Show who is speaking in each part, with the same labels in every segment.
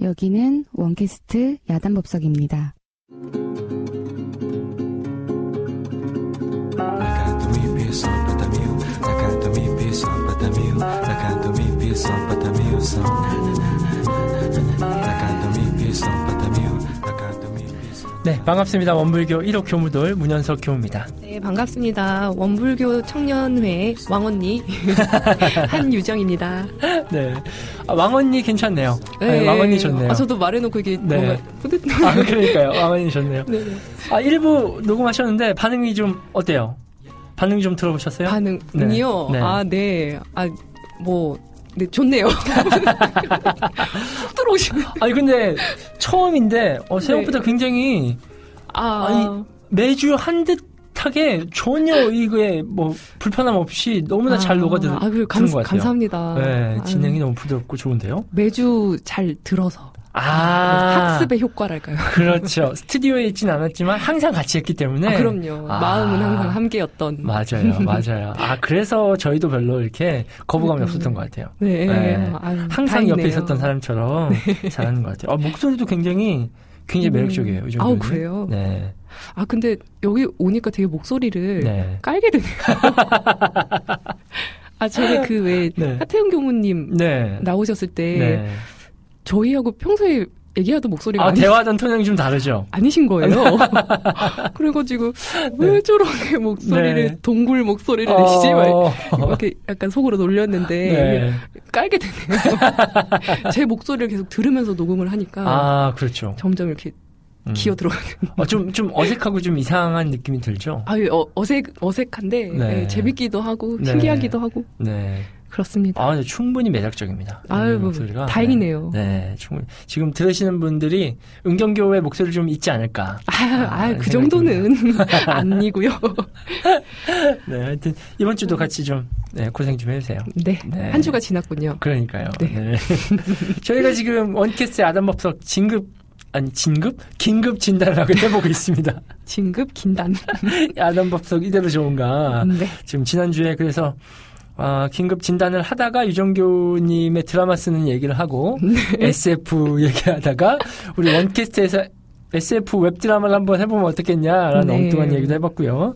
Speaker 1: 여기는 원캐스트 야단법석입니다.
Speaker 2: Lagarto mi pisão, patamiu, lagarto mi pisão, patamiu, lagarto mi pisão, patamiu, são. Lagarto mi pisão, patamiu, lagarto mi pisão.
Speaker 3: 네, 반갑습니다. 원불교 1호 교무돌 문현석 교무입니다.
Speaker 4: 네, 반갑습니다. 원불교 청년회 왕언니 한유정입니다.
Speaker 3: 네. 아, 왕언니 괜찮네요. 아,
Speaker 4: 네.
Speaker 3: 왕언니 좋네요.
Speaker 4: 아, 저도 말해놓고 이게
Speaker 3: 네.
Speaker 4: 뭔가 뿌듯.
Speaker 3: 아, 그러니까요. 왕언니 좋네요.
Speaker 4: 네, 네.
Speaker 3: 아, 1부 녹음하셨는데 반응이 좀 어때요? 반응 좀 들어보셨어요?
Speaker 4: 반응이요.
Speaker 3: 네.
Speaker 4: 아, 네. 아, 뭐, 네, 좋네요. 훅 들어오시네.
Speaker 3: 아니, 근데 처음인데 어, 생각보다 굉장히
Speaker 4: 아,
Speaker 3: 아니, 매주 한 듯하게 전혀 이거에 뭐 불편함 없이 너무나 잘 녹아드는
Speaker 4: 아, 그 감,
Speaker 3: 드는 것 같아요.
Speaker 4: 감사합니다.
Speaker 3: 네,
Speaker 4: 아유,
Speaker 3: 진행이 너무 부드럽고 좋은데요.
Speaker 4: 매주 잘 들어서
Speaker 3: 아,
Speaker 4: 학습의 효과랄까요?
Speaker 3: 그렇죠. 스튜디오에 있진 않았지만 항상 같이 했기 때문에.
Speaker 4: 아, 그럼요.
Speaker 3: 아.
Speaker 4: 마음은 항상 함께였던.
Speaker 3: 맞아요, 맞아요. 아, 그래서 저희도 별로 이렇게 거부감이 없었던 것 같아요.
Speaker 4: 네.
Speaker 3: 네.
Speaker 4: 아유,
Speaker 3: 항상
Speaker 4: 다행이네요.
Speaker 3: 옆에 있었던 사람처럼 잘하는 것 같아요. 아, 목소리도 굉장히, 굉장히
Speaker 4: 음.
Speaker 3: 매력적이에요, 요즘.
Speaker 4: 아우, 그래요?
Speaker 3: 네.
Speaker 4: 아, 근데 여기 오니까 되게 목소리를
Speaker 3: 네.
Speaker 4: 깔게 되네요. 아, 저는 그왜
Speaker 3: 네.
Speaker 4: 하태영 교무님
Speaker 3: 네.
Speaker 4: 나오셨을 때
Speaker 3: 네.
Speaker 4: 저희하고 평소에 얘기하던 목소리가
Speaker 3: 아,
Speaker 4: 아니,
Speaker 3: 대화하던 톤이 좀 다르죠?
Speaker 4: 신 거예요. 그래가지고 왜 저렇게 목소리를
Speaker 3: 네.
Speaker 4: 동굴 목소리를
Speaker 3: 어,
Speaker 4: 내시지 말 이렇게 약간 속으로 놀렸는데
Speaker 3: 네.
Speaker 4: 깔게 되네요. 제 목소리를 계속 들으면서 녹음을 하니까
Speaker 3: 아, 그렇죠.
Speaker 4: 점점 이렇게
Speaker 3: 음.
Speaker 4: 기어 들어가는.
Speaker 3: 어, 좀, 좀 어색하고 좀 이상한 느낌이 들죠?
Speaker 4: 아유 어, 어색 어색한데
Speaker 3: 네.
Speaker 4: 예, 재밌기도 하고
Speaker 3: 네.
Speaker 4: 신기하기도 하고
Speaker 3: 네.
Speaker 4: 그렇습니다.
Speaker 3: 아, 근데 충분히 매력적입니다.
Speaker 4: 아유,
Speaker 3: 음, 목소리가.
Speaker 4: 다행이네요.
Speaker 3: 네, 네, 충분히. 지금 들으시는 분들이 은경교의 목소리를 좀 잊지 않을까.
Speaker 4: 아,
Speaker 3: 아,
Speaker 4: 아, 그 정도는 아니고요.
Speaker 3: 네, 하여튼 이번 주도 같이 좀 네, 고생 좀 해주세요.
Speaker 4: 네,
Speaker 3: 네.
Speaker 4: 한 주가 지났군요.
Speaker 3: 그러니까요.
Speaker 4: 네.
Speaker 3: 네. 저희가 지금 원캐스트 아담법석 진급 아니 진급 긴급 진단을 하고 해보고 있습니다.
Speaker 4: 진급 긴단.
Speaker 3: 아담법석 이대로 좋은가?
Speaker 4: 네.
Speaker 3: 지금 지난 주에 그래서 아, 긴급 진단을 하다가 유정교님의 드라마 쓰는 얘기를 하고
Speaker 4: 네.
Speaker 3: SF 얘기하다가 우리 원캐스트에서 SF 웹드라마를 한번 해보면 어떻겠냐라는
Speaker 4: 네.
Speaker 3: 엉뚱한 얘기도 해봤고요.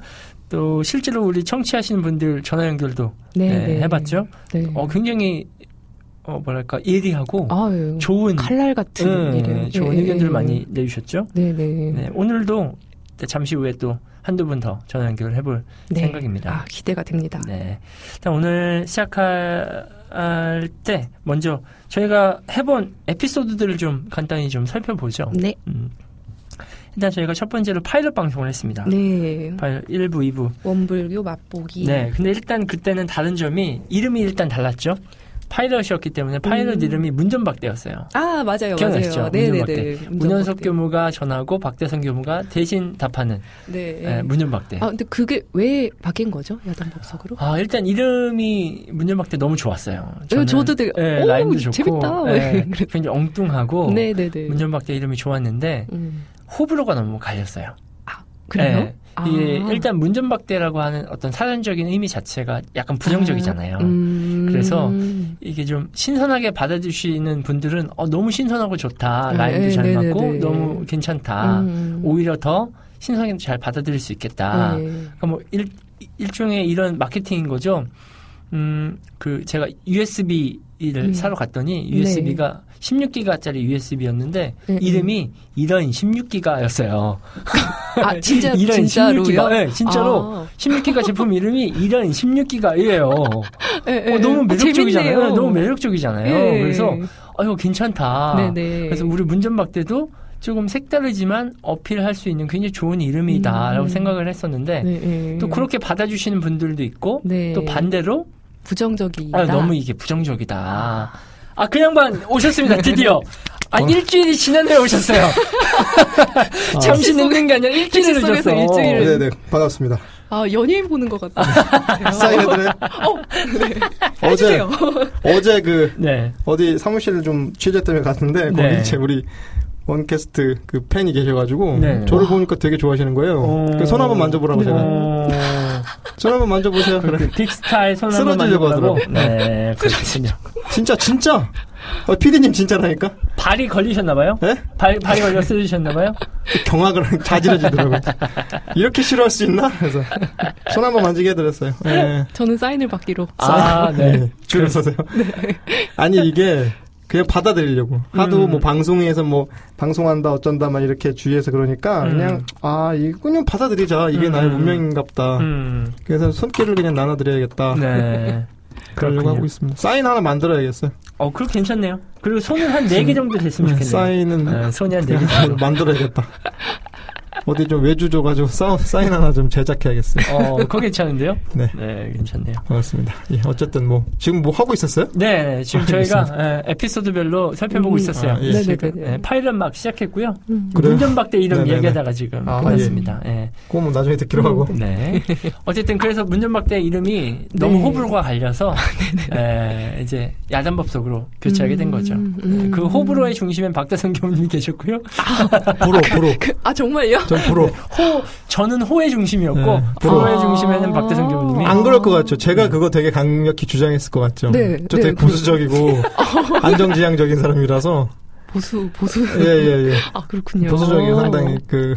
Speaker 3: 또 실제로 우리 청취하시는 분들 전화 연결도
Speaker 4: 네,
Speaker 3: 네,
Speaker 4: 네.
Speaker 3: 해봤죠.
Speaker 4: 네.
Speaker 3: 어, 굉장히 어, 뭐랄까 예리하고
Speaker 4: 아유,
Speaker 3: 좋은
Speaker 4: 칼날 같은
Speaker 3: 음,
Speaker 4: 일을.
Speaker 3: 좋은
Speaker 4: 예,
Speaker 3: 의견들을
Speaker 4: 예,
Speaker 3: 많이 내주셨죠.
Speaker 4: 네, 네.
Speaker 3: 네, 오늘도 잠시 후에 또 한두 분 더 전화 연결을 해볼
Speaker 4: 네.
Speaker 3: 생각입니다.
Speaker 4: 아, 기대가 됩니다.
Speaker 3: 네. 일단 오늘 시작할 때 먼저 저희가 해본 에피소드들을 좀 간단히 좀 살펴보죠.
Speaker 4: 네.
Speaker 3: 음. 일단 저희가 첫 번째로 파일럿 방송을 했습니다.
Speaker 4: 네. 예.
Speaker 3: 파일럿 1부, 2부.
Speaker 4: 원불교 맛보기.
Speaker 3: 네. 근데 일단 그때는 다른 점이 이름이 일단 달랐죠. 파일럿이었기 때문에 파일럿
Speaker 4: 음.
Speaker 3: 이름이 문전박대였어요.
Speaker 4: 아, 맞아요,
Speaker 3: 기억나시죠?
Speaker 4: 맞아요. 네, 네,
Speaker 3: 문전박대.
Speaker 4: 네.
Speaker 3: 문현석
Speaker 4: 문전박대.
Speaker 3: 교무가 전하고 박대성 교무가 대신 답하는
Speaker 4: 네.
Speaker 3: 예, 문전박대.
Speaker 4: 아, 근데 그게 왜 바뀐 거죠? 야단법석으로?
Speaker 3: 아, 일단 이름이 문전박대 너무 좋았어요.
Speaker 4: 예, 저도 되게,
Speaker 3: 예,
Speaker 4: 오,
Speaker 3: 라임도 좋고
Speaker 4: 재밌다.
Speaker 3: 예,
Speaker 4: 그래.
Speaker 3: 굉장히 엉뚱하고
Speaker 4: 네, 네, 네.
Speaker 3: 어, 문전박대 이름이 좋았는데
Speaker 4: 음.
Speaker 3: 호불호가 너무 갈렸어요.
Speaker 4: 그래요?
Speaker 3: 예,
Speaker 4: 아.
Speaker 3: 이게 일단 문전박대라고 하는 어떤 사전적인 의미 자체가 약간 부정적이잖아요.
Speaker 4: 음.
Speaker 3: 그래서 이게 좀 신선하게 받아주시는 분들은 어, 너무 신선하고 좋다.
Speaker 4: 아,
Speaker 3: 라임도
Speaker 4: 예,
Speaker 3: 잘
Speaker 4: 네네네.
Speaker 3: 맞고 너무 괜찮다.
Speaker 4: 음.
Speaker 3: 오히려 더 신선하게 잘 받아들일 수 있겠다.
Speaker 4: 네.
Speaker 3: 그러니까 뭐 일, 일종의 이런 마케팅인 거죠. 음, 그 제가 USB를
Speaker 4: 음.
Speaker 3: 사러 갔더니
Speaker 4: 네.
Speaker 3: USB가 16기가짜리 USB였는데
Speaker 4: 음,
Speaker 3: 이름이 이런 16기가였어요.
Speaker 4: 아 진짜
Speaker 3: 이런
Speaker 4: 진짜로요? 아.
Speaker 3: 16기가. 네, 진짜로 16기가 제품 이름이 이런 16기가예요. 어,
Speaker 4: 아, 예, 예.
Speaker 3: 너무
Speaker 4: 아,
Speaker 3: 매력적이잖아요.
Speaker 4: 재밌네요.
Speaker 3: 너무 매력적이잖아요.
Speaker 4: 예.
Speaker 3: 그래서 아유 괜찮다.
Speaker 4: 네네.
Speaker 3: 그래서 우리 문전박 대도 조금 색다르지만 어필할 수 있는 굉장히 좋은 이름이다라고
Speaker 4: 음.
Speaker 3: 생각을 했었는데
Speaker 4: 네, 예.
Speaker 3: 또 그렇게 받아주시는 분들도 있고
Speaker 4: 네.
Speaker 3: 또 반대로
Speaker 4: 부정적이다.
Speaker 3: 아, 너무 이게 부정적이다. 아, 그 양반 오셨습니다, 드디어. 아,
Speaker 2: 어.
Speaker 3: 일주일이 지난 후에 오셨어요. 잠시 늦는 게 아니라 일주일을
Speaker 4: 택시 아. 속에서
Speaker 3: 늦었어.
Speaker 4: 일주일을.
Speaker 5: 네네 반갑습니다.
Speaker 4: 아 연예인 보는 것 같아요.
Speaker 5: 사인해드려요?
Speaker 4: 어, 네.
Speaker 5: 어제
Speaker 4: 해주세요.
Speaker 5: 어제 그
Speaker 3: 네.
Speaker 5: 어디 사무실을 좀 취재 때문에 갔는데 거기
Speaker 3: 네.
Speaker 5: 이제 우리 원캐스트 그 팬이 계셔가지고
Speaker 3: 네.
Speaker 5: 저를 보니까 되게 좋아하시는 거예요. 그손 한번 만져보라고 제가
Speaker 3: 어,
Speaker 5: 손 한번 만져보세요. 그래.
Speaker 3: 그 빅스타의 손 한번
Speaker 5: 쓰러지려고
Speaker 3: 만져보라고.
Speaker 5: 하더라고.
Speaker 3: 네, 그렇군요.
Speaker 5: 진짜 진짜 어, 피디님 진짜라니까?
Speaker 3: 발이 걸리셨나봐요?
Speaker 5: 예? 그
Speaker 3: 발, 발이 걸려 쓰러지셨나봐요?
Speaker 5: 경악을 하니까 자지러지더라고요. 이렇게 싫어할 수 있나? 그래서 손 한번 만지게 해드렸어요. 예.
Speaker 4: 저는 사인을 받기로.
Speaker 3: 아, 네.
Speaker 5: 예, 줄을 서세요. 아니 이게 그냥 받아들이려고 하도
Speaker 3: 음.
Speaker 5: 뭐 방송에서 뭐 방송한다 어쩐다 막 이렇게 주위에서 그러니까
Speaker 3: 음.
Speaker 5: 그냥 아 이거 그냥 받아들이자 이게 나의
Speaker 3: 음.
Speaker 5: 운명인갑다
Speaker 3: 음,
Speaker 5: 그래서 손길을 그냥 나눠드려야겠다
Speaker 3: 네.
Speaker 5: 아, 그러려고
Speaker 3: 그렇군요.
Speaker 5: 하고 있습니다 사인 하나 만들어야겠어요
Speaker 3: 어, 그거 괜찮네요. 그리고 손은 한 네 개 정도 됐으면 좋겠네요.
Speaker 5: 사인은
Speaker 3: 네, 손이 한 네 개
Speaker 5: 그냥
Speaker 3: 정도.
Speaker 5: 만들어야겠다 어디 좀 외주 줘가지고 사, 사인 하나 좀 제작해야겠어요
Speaker 3: 어, 그거 괜찮은데요?
Speaker 5: 네.
Speaker 3: 네, 괜찮네요.
Speaker 5: 반갑습니다 예, 어쨌든 뭐 지금 뭐 하고 있었어요?
Speaker 3: 네, 지금 저희가 예, 에, 에피소드별로 살펴보고
Speaker 4: 음,
Speaker 3: 있었어요.
Speaker 5: 아, 예.
Speaker 4: 네네네. 음.
Speaker 3: 네, 파일은 막 시작했고요.
Speaker 5: 그래요?
Speaker 3: 운전박대 이름
Speaker 5: 네네네.
Speaker 3: 얘기하다가 지금
Speaker 5: 아,
Speaker 3: 끝났습니다. 예.
Speaker 5: 그거 뭐 나중에 듣기로 하고
Speaker 3: 네. 어쨌든 그래서 문전박대 이름이 너무
Speaker 4: 네.
Speaker 3: 호불호가
Speaker 5: 아,
Speaker 3: 갈려서
Speaker 5: 네,
Speaker 3: 에, 이제 야단법석으로 교체하게 된 거죠.
Speaker 4: 음,
Speaker 3: 네, 그
Speaker 4: 음.
Speaker 3: 호불호의 중심엔 박다선 교수님이 계셨고요.
Speaker 5: 불어 불어
Speaker 4: 그- 아 정말요?
Speaker 5: 전 불어
Speaker 3: 호 저는 호의 중심이었고
Speaker 5: 네, 아. 불호.
Speaker 3: 불호의
Speaker 4: 아.
Speaker 3: 중심에는 박다선 교수님이
Speaker 5: 안 그럴 것 같죠. 제가 그거 되게 강력히 주장했을 것 같죠.
Speaker 4: 네,
Speaker 5: 저 되게
Speaker 4: 네,
Speaker 5: 보수적이고 안정지향적인 사람이라서
Speaker 4: 보수 보수.
Speaker 5: 예예예
Speaker 4: 아 그렇군요.
Speaker 5: 보수적이고 상당히 그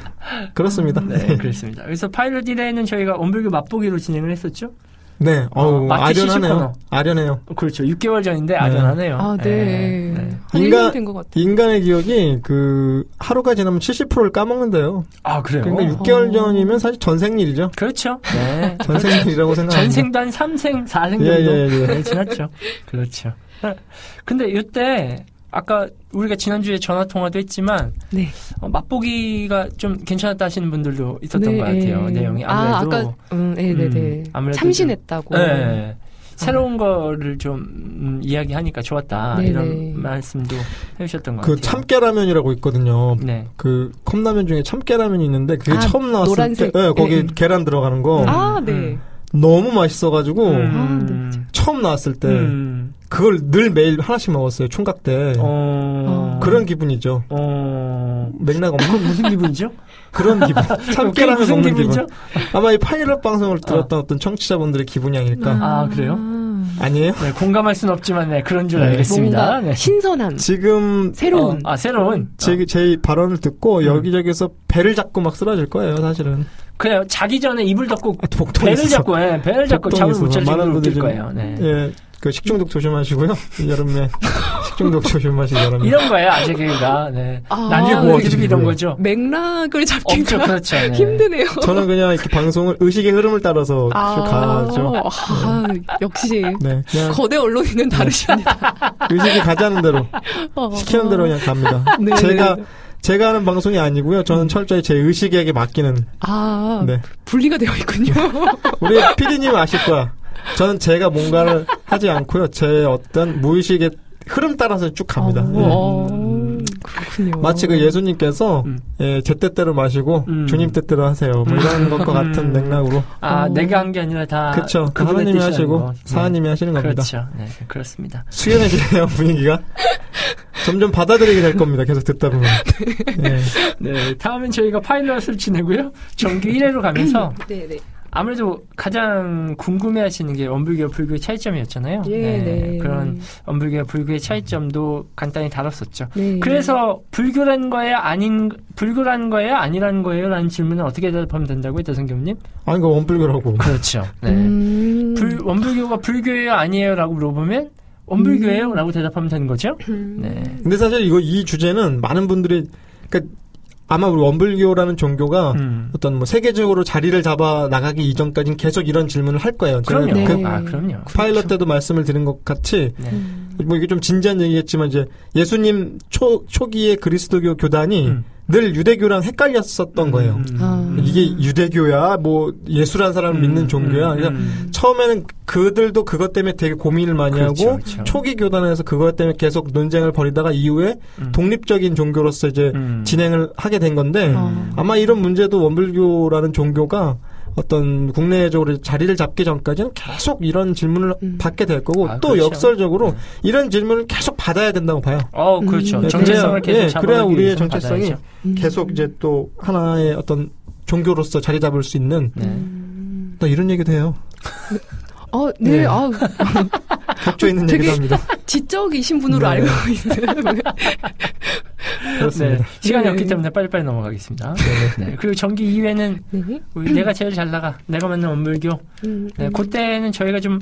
Speaker 5: 그렇습니다.
Speaker 3: 네, 그렇습니다. 그래서 파일럿 디레이는 저희가 원불교 맛보기로 진행을 했었죠.
Speaker 5: 네, 어우
Speaker 3: 어, 마치 시시코너.
Speaker 5: 아련하네요. 아련해요.
Speaker 3: 그렇죠. 6개월 전인데 아련하네요.
Speaker 4: 아 네. 한
Speaker 5: 인간-
Speaker 4: 1년 된 것 같아요.
Speaker 5: 인간의 기억이 그 하루가 지나면 70%를 까먹는데요.
Speaker 3: 아 그래요.
Speaker 5: 그러니까 6개월 전이면 사실 전생일이죠.
Speaker 3: 그렇죠. 네.
Speaker 5: 전생일이라고 생각합니다.
Speaker 3: 전생도 한 3생, 4생 정도
Speaker 5: 예, 예, 예.
Speaker 3: 네, 지났죠. 그렇죠. 근데 이때 아까 우리가 지난주에 전화 통화도 했지만
Speaker 4: 네.
Speaker 3: 어, 맛보기가 좀 괜찮았다 하시는 분들도 있었던
Speaker 4: 네,
Speaker 3: 것 같아요.
Speaker 4: 예.
Speaker 3: 내용이
Speaker 4: 아
Speaker 3: 아무래도
Speaker 4: 아까 음, 네, 네, 네.
Speaker 3: 음, 아무래도
Speaker 4: 참신했다고.
Speaker 3: 네. 새로운 거를 좀 음, 이야기하니까 좋았다
Speaker 4: 네, 네.
Speaker 3: 이런 말씀도 해주셨던 것
Speaker 5: 그
Speaker 3: 같아요.
Speaker 5: 참깨라면이라고 있거든요.
Speaker 3: 네.
Speaker 5: 그 컵라면 중에 참깨라면이 있는데 그게
Speaker 4: 아,
Speaker 5: 처음 나왔을
Speaker 4: 노란색.
Speaker 5: 때, 예, 거기
Speaker 4: 예.
Speaker 5: 계란 들어가는 거
Speaker 4: 아 네.
Speaker 3: 음.
Speaker 5: 너무 맛있어가지고 네.
Speaker 4: 아, 네,
Speaker 5: 처음 나왔을 때
Speaker 3: 음.
Speaker 5: 그걸 늘 매일 하나씩 먹었어요. 총각 때.
Speaker 4: 아.
Speaker 3: 어...
Speaker 5: 네. 그런 기분이죠.
Speaker 3: 어...
Speaker 5: 맥락 없는
Speaker 3: 무슨 기분이죠?
Speaker 5: 그런 기분.
Speaker 3: 그게
Speaker 5: 참깨라면
Speaker 3: 무슨
Speaker 5: 먹는 기분.
Speaker 3: 기분이죠?
Speaker 5: 아마 이 파일럿 방송을 들었던 어떤 청취자분들의 기분이 아닐까.
Speaker 3: 아, 그래요?
Speaker 4: 아,
Speaker 5: 아니에요?
Speaker 3: 네, 공감할 순 없지만 네, 그런 줄
Speaker 5: 네.
Speaker 3: 알겠습니다.
Speaker 4: 뭔가
Speaker 3: 네.
Speaker 4: 신선한
Speaker 5: 지금
Speaker 4: 새로운.
Speaker 3: 어, 아 새로운 어.
Speaker 5: 제, 제 발언을 듣고
Speaker 3: 음.
Speaker 5: 여기저기서 배를 잡고 막 쓰러질 거예요, 사실은.
Speaker 3: 그래요. 자기 전에 입을 덮고
Speaker 5: 복통이
Speaker 3: 배를
Speaker 5: 있어서.
Speaker 3: 잡고 예, 배를 잡고
Speaker 5: 복통이
Speaker 3: 잠을
Speaker 5: 있어서
Speaker 3: 못 잘
Speaker 5: 많은
Speaker 3: 정도로 웃길
Speaker 5: 분들이
Speaker 3: 거예요. 네.
Speaker 5: 예. 그 식중독 조심하시고요. 이 여름에. 식중독 조심하시고 여름에.
Speaker 3: 이런 거예요 아재 개그가. 네.
Speaker 4: 아,
Speaker 3: 난리
Speaker 4: 이게
Speaker 3: 뭐
Speaker 5: 뭐지,
Speaker 3: 이런
Speaker 5: 이게.
Speaker 3: 거죠.
Speaker 4: 맥락을 잡기가
Speaker 3: 엄청 그렇죠. 네.
Speaker 4: 힘드네요.
Speaker 5: 저는 그냥 이렇게 방송을 의식의 흐름을 따라서 쭉 가죠.
Speaker 4: 아, 역시
Speaker 5: 네. 그냥
Speaker 4: 거대
Speaker 3: 네.
Speaker 4: 언론인은 다르십니다.
Speaker 5: 의식이 가자는 대로.
Speaker 4: 어.
Speaker 5: 시키는 대로 그냥 갑니다.
Speaker 4: 네. 음.
Speaker 5: 제가 제가 하는 방송이 아니고요. 저는 철저히 제 의식에게 맡기는.
Speaker 4: 아
Speaker 5: 네.
Speaker 4: 분리가 되어 있군요.
Speaker 5: 우리 피디님 아실 거야. 저는 제가 뭔가를 하지 않고요. 제 어떤 무의식의 흐름 따라서 쭉 갑니다.
Speaker 4: 어,
Speaker 5: 예.
Speaker 4: 어,
Speaker 3: 네.
Speaker 4: 그렇군요.
Speaker 5: 마치 그 예수님께서
Speaker 3: 음.
Speaker 5: 예, 제 뜻대로 마시고
Speaker 3: 음.
Speaker 5: 주님 뜻대로 하세요. 뭐 이런 것과 같은
Speaker 3: 음.
Speaker 5: 맥락으로.
Speaker 3: 아
Speaker 4: 어.
Speaker 3: 내가 한 게 아니라 다
Speaker 5: 그렇죠. 그
Speaker 3: 그분의
Speaker 5: 하나님이
Speaker 3: 뜻이라는
Speaker 5: 하시고
Speaker 3: 거. 네.
Speaker 5: 사하님이 하시는 겁니다.
Speaker 3: 그렇죠. 네, 그렇습니다.
Speaker 5: 수연해지네요 분위기가. 점점 받아들이게 될 겁니다. 계속 듣다 보면. 예.
Speaker 3: 네, 다음엔 저희가 파일럿을 지내고요. 정규 1회로 가면서
Speaker 4: 네네.
Speaker 3: 아무래도 가장 궁금해하시는 게 원불교와 불교의 차이점이었잖아요.
Speaker 4: 예, 네.
Speaker 3: 그런 원불교와 불교의 차이점도 간단히 다뤘었죠.
Speaker 4: 네.
Speaker 3: 그래서 불교란 거예요, 아닌 불교란 거예요, 아니란 거예요라는 질문은 어떻게 대답하면 된다고요, 대성경님?
Speaker 5: 아니 그 원불교라고.
Speaker 3: 그렇죠. 네.
Speaker 4: 음.
Speaker 3: 불, 원불교가 불교예요, 아니에요라고 물어보면
Speaker 5: 음.
Speaker 3: 원불교예요라고 대답하면 되는 거죠.
Speaker 4: 음.
Speaker 3: 네.
Speaker 5: 근데 사실 이거 이 주제는 많은 분들이 그러니까 아마 우리 원불교라는 종교가
Speaker 3: 음.
Speaker 5: 어떤 뭐 세계적으로 자리를 잡아 나가기 이전까지는 계속 이런 질문을 할 거예요. 저는
Speaker 3: 그럼요.
Speaker 4: 네.
Speaker 5: 그
Speaker 3: 아, 그럼요.
Speaker 5: 파일럿 때도 말씀을 드린 것 같이
Speaker 3: 네.
Speaker 4: 음.
Speaker 5: 뭐 이게 좀 진지한 얘기겠지만 이제 예수님 초 초기의 그리스도교 교단이
Speaker 3: 음.
Speaker 5: 늘 유대교랑 헷갈렸었던 거예요.
Speaker 3: 음, 음,
Speaker 4: 아.
Speaker 5: 이게 유대교야 뭐 예수란 사람을
Speaker 3: 음,
Speaker 5: 믿는 종교야.
Speaker 3: 음,
Speaker 5: 그러니까
Speaker 3: 음.
Speaker 5: 처음에는 그들도 그것 때문에 되게 고민을 많이
Speaker 3: 그렇죠,
Speaker 5: 하고
Speaker 3: 그렇죠.
Speaker 5: 초기 교단에서 그것 때문에 계속 논쟁을 벌이다가 이후에
Speaker 3: 음.
Speaker 5: 독립적인 종교로서 이제
Speaker 3: 음.
Speaker 5: 진행을 하게 된 건데
Speaker 4: 아.
Speaker 5: 아마 이런 문제도 원불교라는 종교가 어떤 국내적으로 자리를 잡기 전까지는 계속 이런 질문을
Speaker 4: 음.
Speaker 5: 받게 될 거고
Speaker 3: 아,
Speaker 5: 또
Speaker 3: 그렇죠.
Speaker 5: 역설적으로
Speaker 3: 네.
Speaker 5: 이런 질문을 계속 받아야 된다고 봐요.
Speaker 3: 어, 그렇죠.
Speaker 4: 음.
Speaker 3: 정체성을
Speaker 5: 그래야-
Speaker 3: 계속
Speaker 5: 예,
Speaker 3: 잡아
Speaker 5: 그래야 우리의 정체성이
Speaker 4: 음.
Speaker 5: 계속 이제 또 하나의 어떤 종교로서 자리 잡을 수 있는
Speaker 3: 네.
Speaker 5: 또 이런 얘기도 해요.
Speaker 4: 아, 네.
Speaker 5: 네.
Speaker 4: 아,
Speaker 5: 겹쳐 있는
Speaker 4: 되게-
Speaker 5: 얘기도 합니다.
Speaker 4: 지적이신 분으로
Speaker 5: 네.
Speaker 4: 알고 있어요.
Speaker 5: 그렇습니다.
Speaker 3: 네, 시간이
Speaker 4: 네.
Speaker 3: 없기 때문에 빨리빨리 넘어가겠습니다. 네, 그리고 정기 2회는
Speaker 4: 네.
Speaker 3: 우리 내가 제일 잘 나가, 내가 만난 원불교.
Speaker 4: 음,
Speaker 3: 네, 그때는 저희가 좀,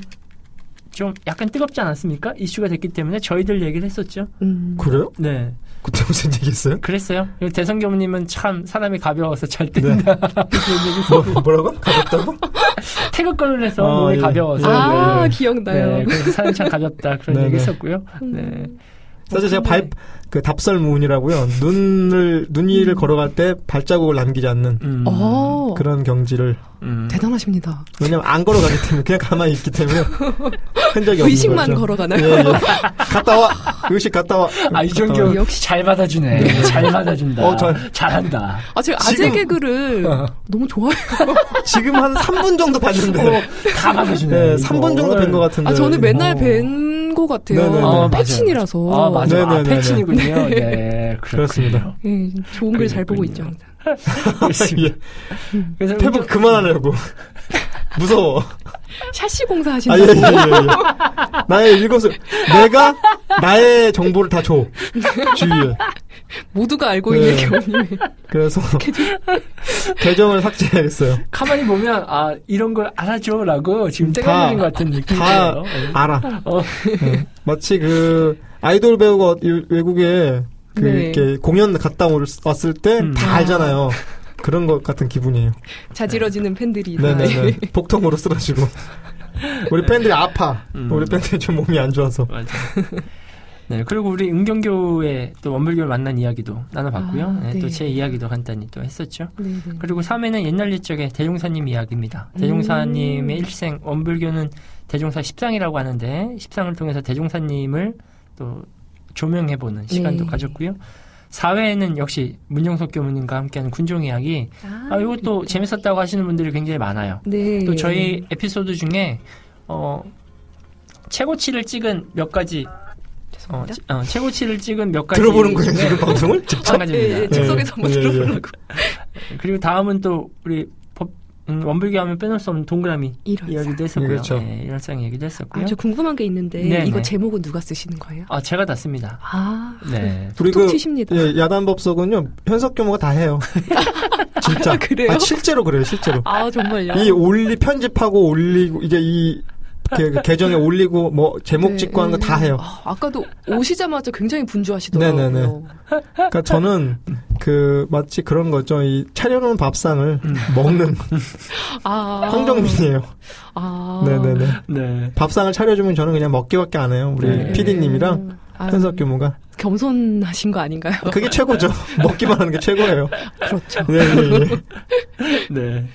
Speaker 3: 좀 약간 뜨겁지 않았습니까? 이슈가 됐기 때문에 저희들 얘기를 했었죠.
Speaker 4: 음.
Speaker 5: 그래요?
Speaker 3: 네,
Speaker 5: 그때 무슨 얘기 했어요?
Speaker 3: 그랬어요. 그리고 대성교무님은 참 사람이 가벼워서 잘 뜬다. 그런 얘기
Speaker 5: 네. 뭐,
Speaker 3: 했어요.
Speaker 5: 뭐라고? 가볍다고?
Speaker 3: 태극권을 해서
Speaker 5: 아,
Speaker 3: 몸이
Speaker 5: 예.
Speaker 3: 가벼워서.
Speaker 4: 아
Speaker 3: 네.
Speaker 4: 기억나요.
Speaker 3: 네, 그래서 사람이 참 가볍다. 그런
Speaker 5: 네네.
Speaker 3: 얘기 했었고요. 네.
Speaker 4: 음.
Speaker 5: 사실 제가 발, 그 답설무운이라고요. 눈을, 눈
Speaker 4: 음.
Speaker 5: 위를 걸어갈 때 발자국을 남기지 않는
Speaker 3: 음.
Speaker 4: 어
Speaker 5: 그런 경지를.
Speaker 3: 음.
Speaker 4: 대단하십니다.
Speaker 5: 왜냐면 안 걸어가기 때문에, 그냥 가만히 있기 때문에. 흔적이 없는
Speaker 4: 의식만
Speaker 5: 거죠.
Speaker 4: 걸어가나요?
Speaker 3: 네.
Speaker 5: 예, 예. 갔다 와! 의식 갔다 와!
Speaker 3: 아,
Speaker 5: 갔다
Speaker 3: 이정규
Speaker 5: 와.
Speaker 3: 역시 잘 받아주네. 잘 받아준다.
Speaker 5: 어, 잘-
Speaker 3: 잘한다.
Speaker 4: 아 제가 아재
Speaker 5: 지금-
Speaker 4: 개그를 너무 좋아해요.
Speaker 5: 지금 한 3분 정도 봤는데.
Speaker 3: 어, 다 받아주네.
Speaker 5: 네,
Speaker 3: 이거.
Speaker 5: 3분 정도 된 것 같은데.
Speaker 4: 아 저는 맨날
Speaker 3: 어.
Speaker 4: 뵌 것
Speaker 5: 네네네.
Speaker 4: 같아요.
Speaker 5: 아, 맞아요.
Speaker 4: 패친이라서.
Speaker 3: 아, 맞아. 요 아,
Speaker 5: 네네네네. 예.
Speaker 3: 패친이군요. 네.
Speaker 5: 그렇습니다.
Speaker 4: 예, 좋은 글 잘 보고
Speaker 3: 그랬군요.
Speaker 4: 있죠. 항상.
Speaker 3: 그렇습니다.
Speaker 5: 예.
Speaker 3: 그래서
Speaker 5: 페북 그만하려고. 무서워.
Speaker 4: 샤시 공사
Speaker 5: 아, 예, 예,
Speaker 4: 하신다고.
Speaker 5: 예, 예. 나의 일것을, 내가 나의 정보를 다 줘. 주위에.
Speaker 4: 모두가 알고
Speaker 5: 네.
Speaker 4: 있는 경우에.
Speaker 5: 그래서 계정을 삭제하겠어요.
Speaker 3: 가만히 보면, 아, 이런 걸 알아줘라고 지금 때려주는 것 같은
Speaker 5: 음, 다
Speaker 3: 느낌이에요.
Speaker 5: 알아.
Speaker 3: 어,
Speaker 5: 네. 마치 그 아이돌 배우가 어디 외국에 그
Speaker 4: 네.
Speaker 5: 이렇게 공연 갔다 올- 왔을 때 다
Speaker 3: 음.
Speaker 5: 알잖아요. 그런 것 같은 기분이에요.
Speaker 4: 자지러지는 팬들이. 다
Speaker 5: 네네네. 복통으로 쓰러지고. 우리 팬들이 아파.
Speaker 3: 음.
Speaker 5: 우리 팬들이 좀 몸이 안 좋아서.
Speaker 3: 맞아. 네, 그리고 우리 은경교의 또 원불교를 만난 이야기도 나눠봤고요.
Speaker 4: 아, 네.
Speaker 3: 또 제 이야기도 간단히 또 했었죠.
Speaker 4: 네네.
Speaker 3: 그리고 3회는 옛날 옛적의 대종사님 이야기입니다.
Speaker 4: 음.
Speaker 3: 대종사님의 일생, 원불교는 대종사 10상이라고 하는데, 10상을 통해서 대종사님을 또 조명해보는 시간도
Speaker 4: 네.
Speaker 3: 가졌고요. 4회에는 역시 문정석 교무님과 함께하는 군종 이야기. 아, 이것도 재밌었다고 하시는 분들이 굉장히 많아요.
Speaker 4: 네.
Speaker 3: 또 저희 에피소드 중에, 어, 최고치를 찍은 몇 가지, 어,
Speaker 4: 죄송합니다.
Speaker 3: 치- 어, 최고치를 찍은 몇 가지.
Speaker 5: 들어보는
Speaker 4: 네.
Speaker 5: 거예요,
Speaker 3: 중에
Speaker 5: 지금 방송을?
Speaker 3: 마찬가지입니다. 네.
Speaker 4: 아, 예, 예. 즉석에서 한번
Speaker 5: 예, 예.
Speaker 4: 들어보려고.
Speaker 3: 그리고 다음은 또 우리 법, 음, 원불교 하면 빼놓을 수 없는 동그라미
Speaker 4: 이런
Speaker 3: 이야기도 했었고요.
Speaker 5: 그렇죠.
Speaker 3: 예, 이런상 얘기도 했었고요.
Speaker 4: 아, 저 궁금한 게 있는데
Speaker 3: 네네.
Speaker 4: 이거 제목은 누가 쓰시는 거예요?
Speaker 3: 아, 제가 닿습니다.
Speaker 4: 아,
Speaker 3: 네.
Speaker 5: 그리고
Speaker 4: 치십니다.
Speaker 5: 예, 야단법석은요, 현석 교모가 다 해요. 진짜.
Speaker 4: 아, 그래요?
Speaker 5: 아, 실제로 그래요, 실제로.
Speaker 4: 아 정말요?
Speaker 5: 이 올리, 편집하고 올리고, 이게 이 게- 그 계정에 올리고, 뭐, 제목
Speaker 4: 네,
Speaker 5: 짓고 하는 거 다
Speaker 4: 네.
Speaker 5: 해요.
Speaker 4: 아, 아까도 오시자마자 굉장히 분주하시더라고요.
Speaker 5: 네네네. 그러니까 저는 그, 마치 그런 거죠. 이 차려놓은 밥상을 먹는
Speaker 4: 아,
Speaker 5: 황정민이에요.
Speaker 4: 음. 아,
Speaker 5: 네네네.
Speaker 3: 네.
Speaker 5: 밥상을 차려주면 저는 그냥 먹기밖에 안 해요. 우리
Speaker 3: 네.
Speaker 5: PD님이랑
Speaker 4: 음. 아유,
Speaker 5: 현석 교모가.
Speaker 4: 겸손하신 거 아닌가요?
Speaker 5: 그게 최고죠. 먹기만 하는 게 최고예요.
Speaker 4: 그렇죠.
Speaker 5: 네, 네, 네.
Speaker 3: 네.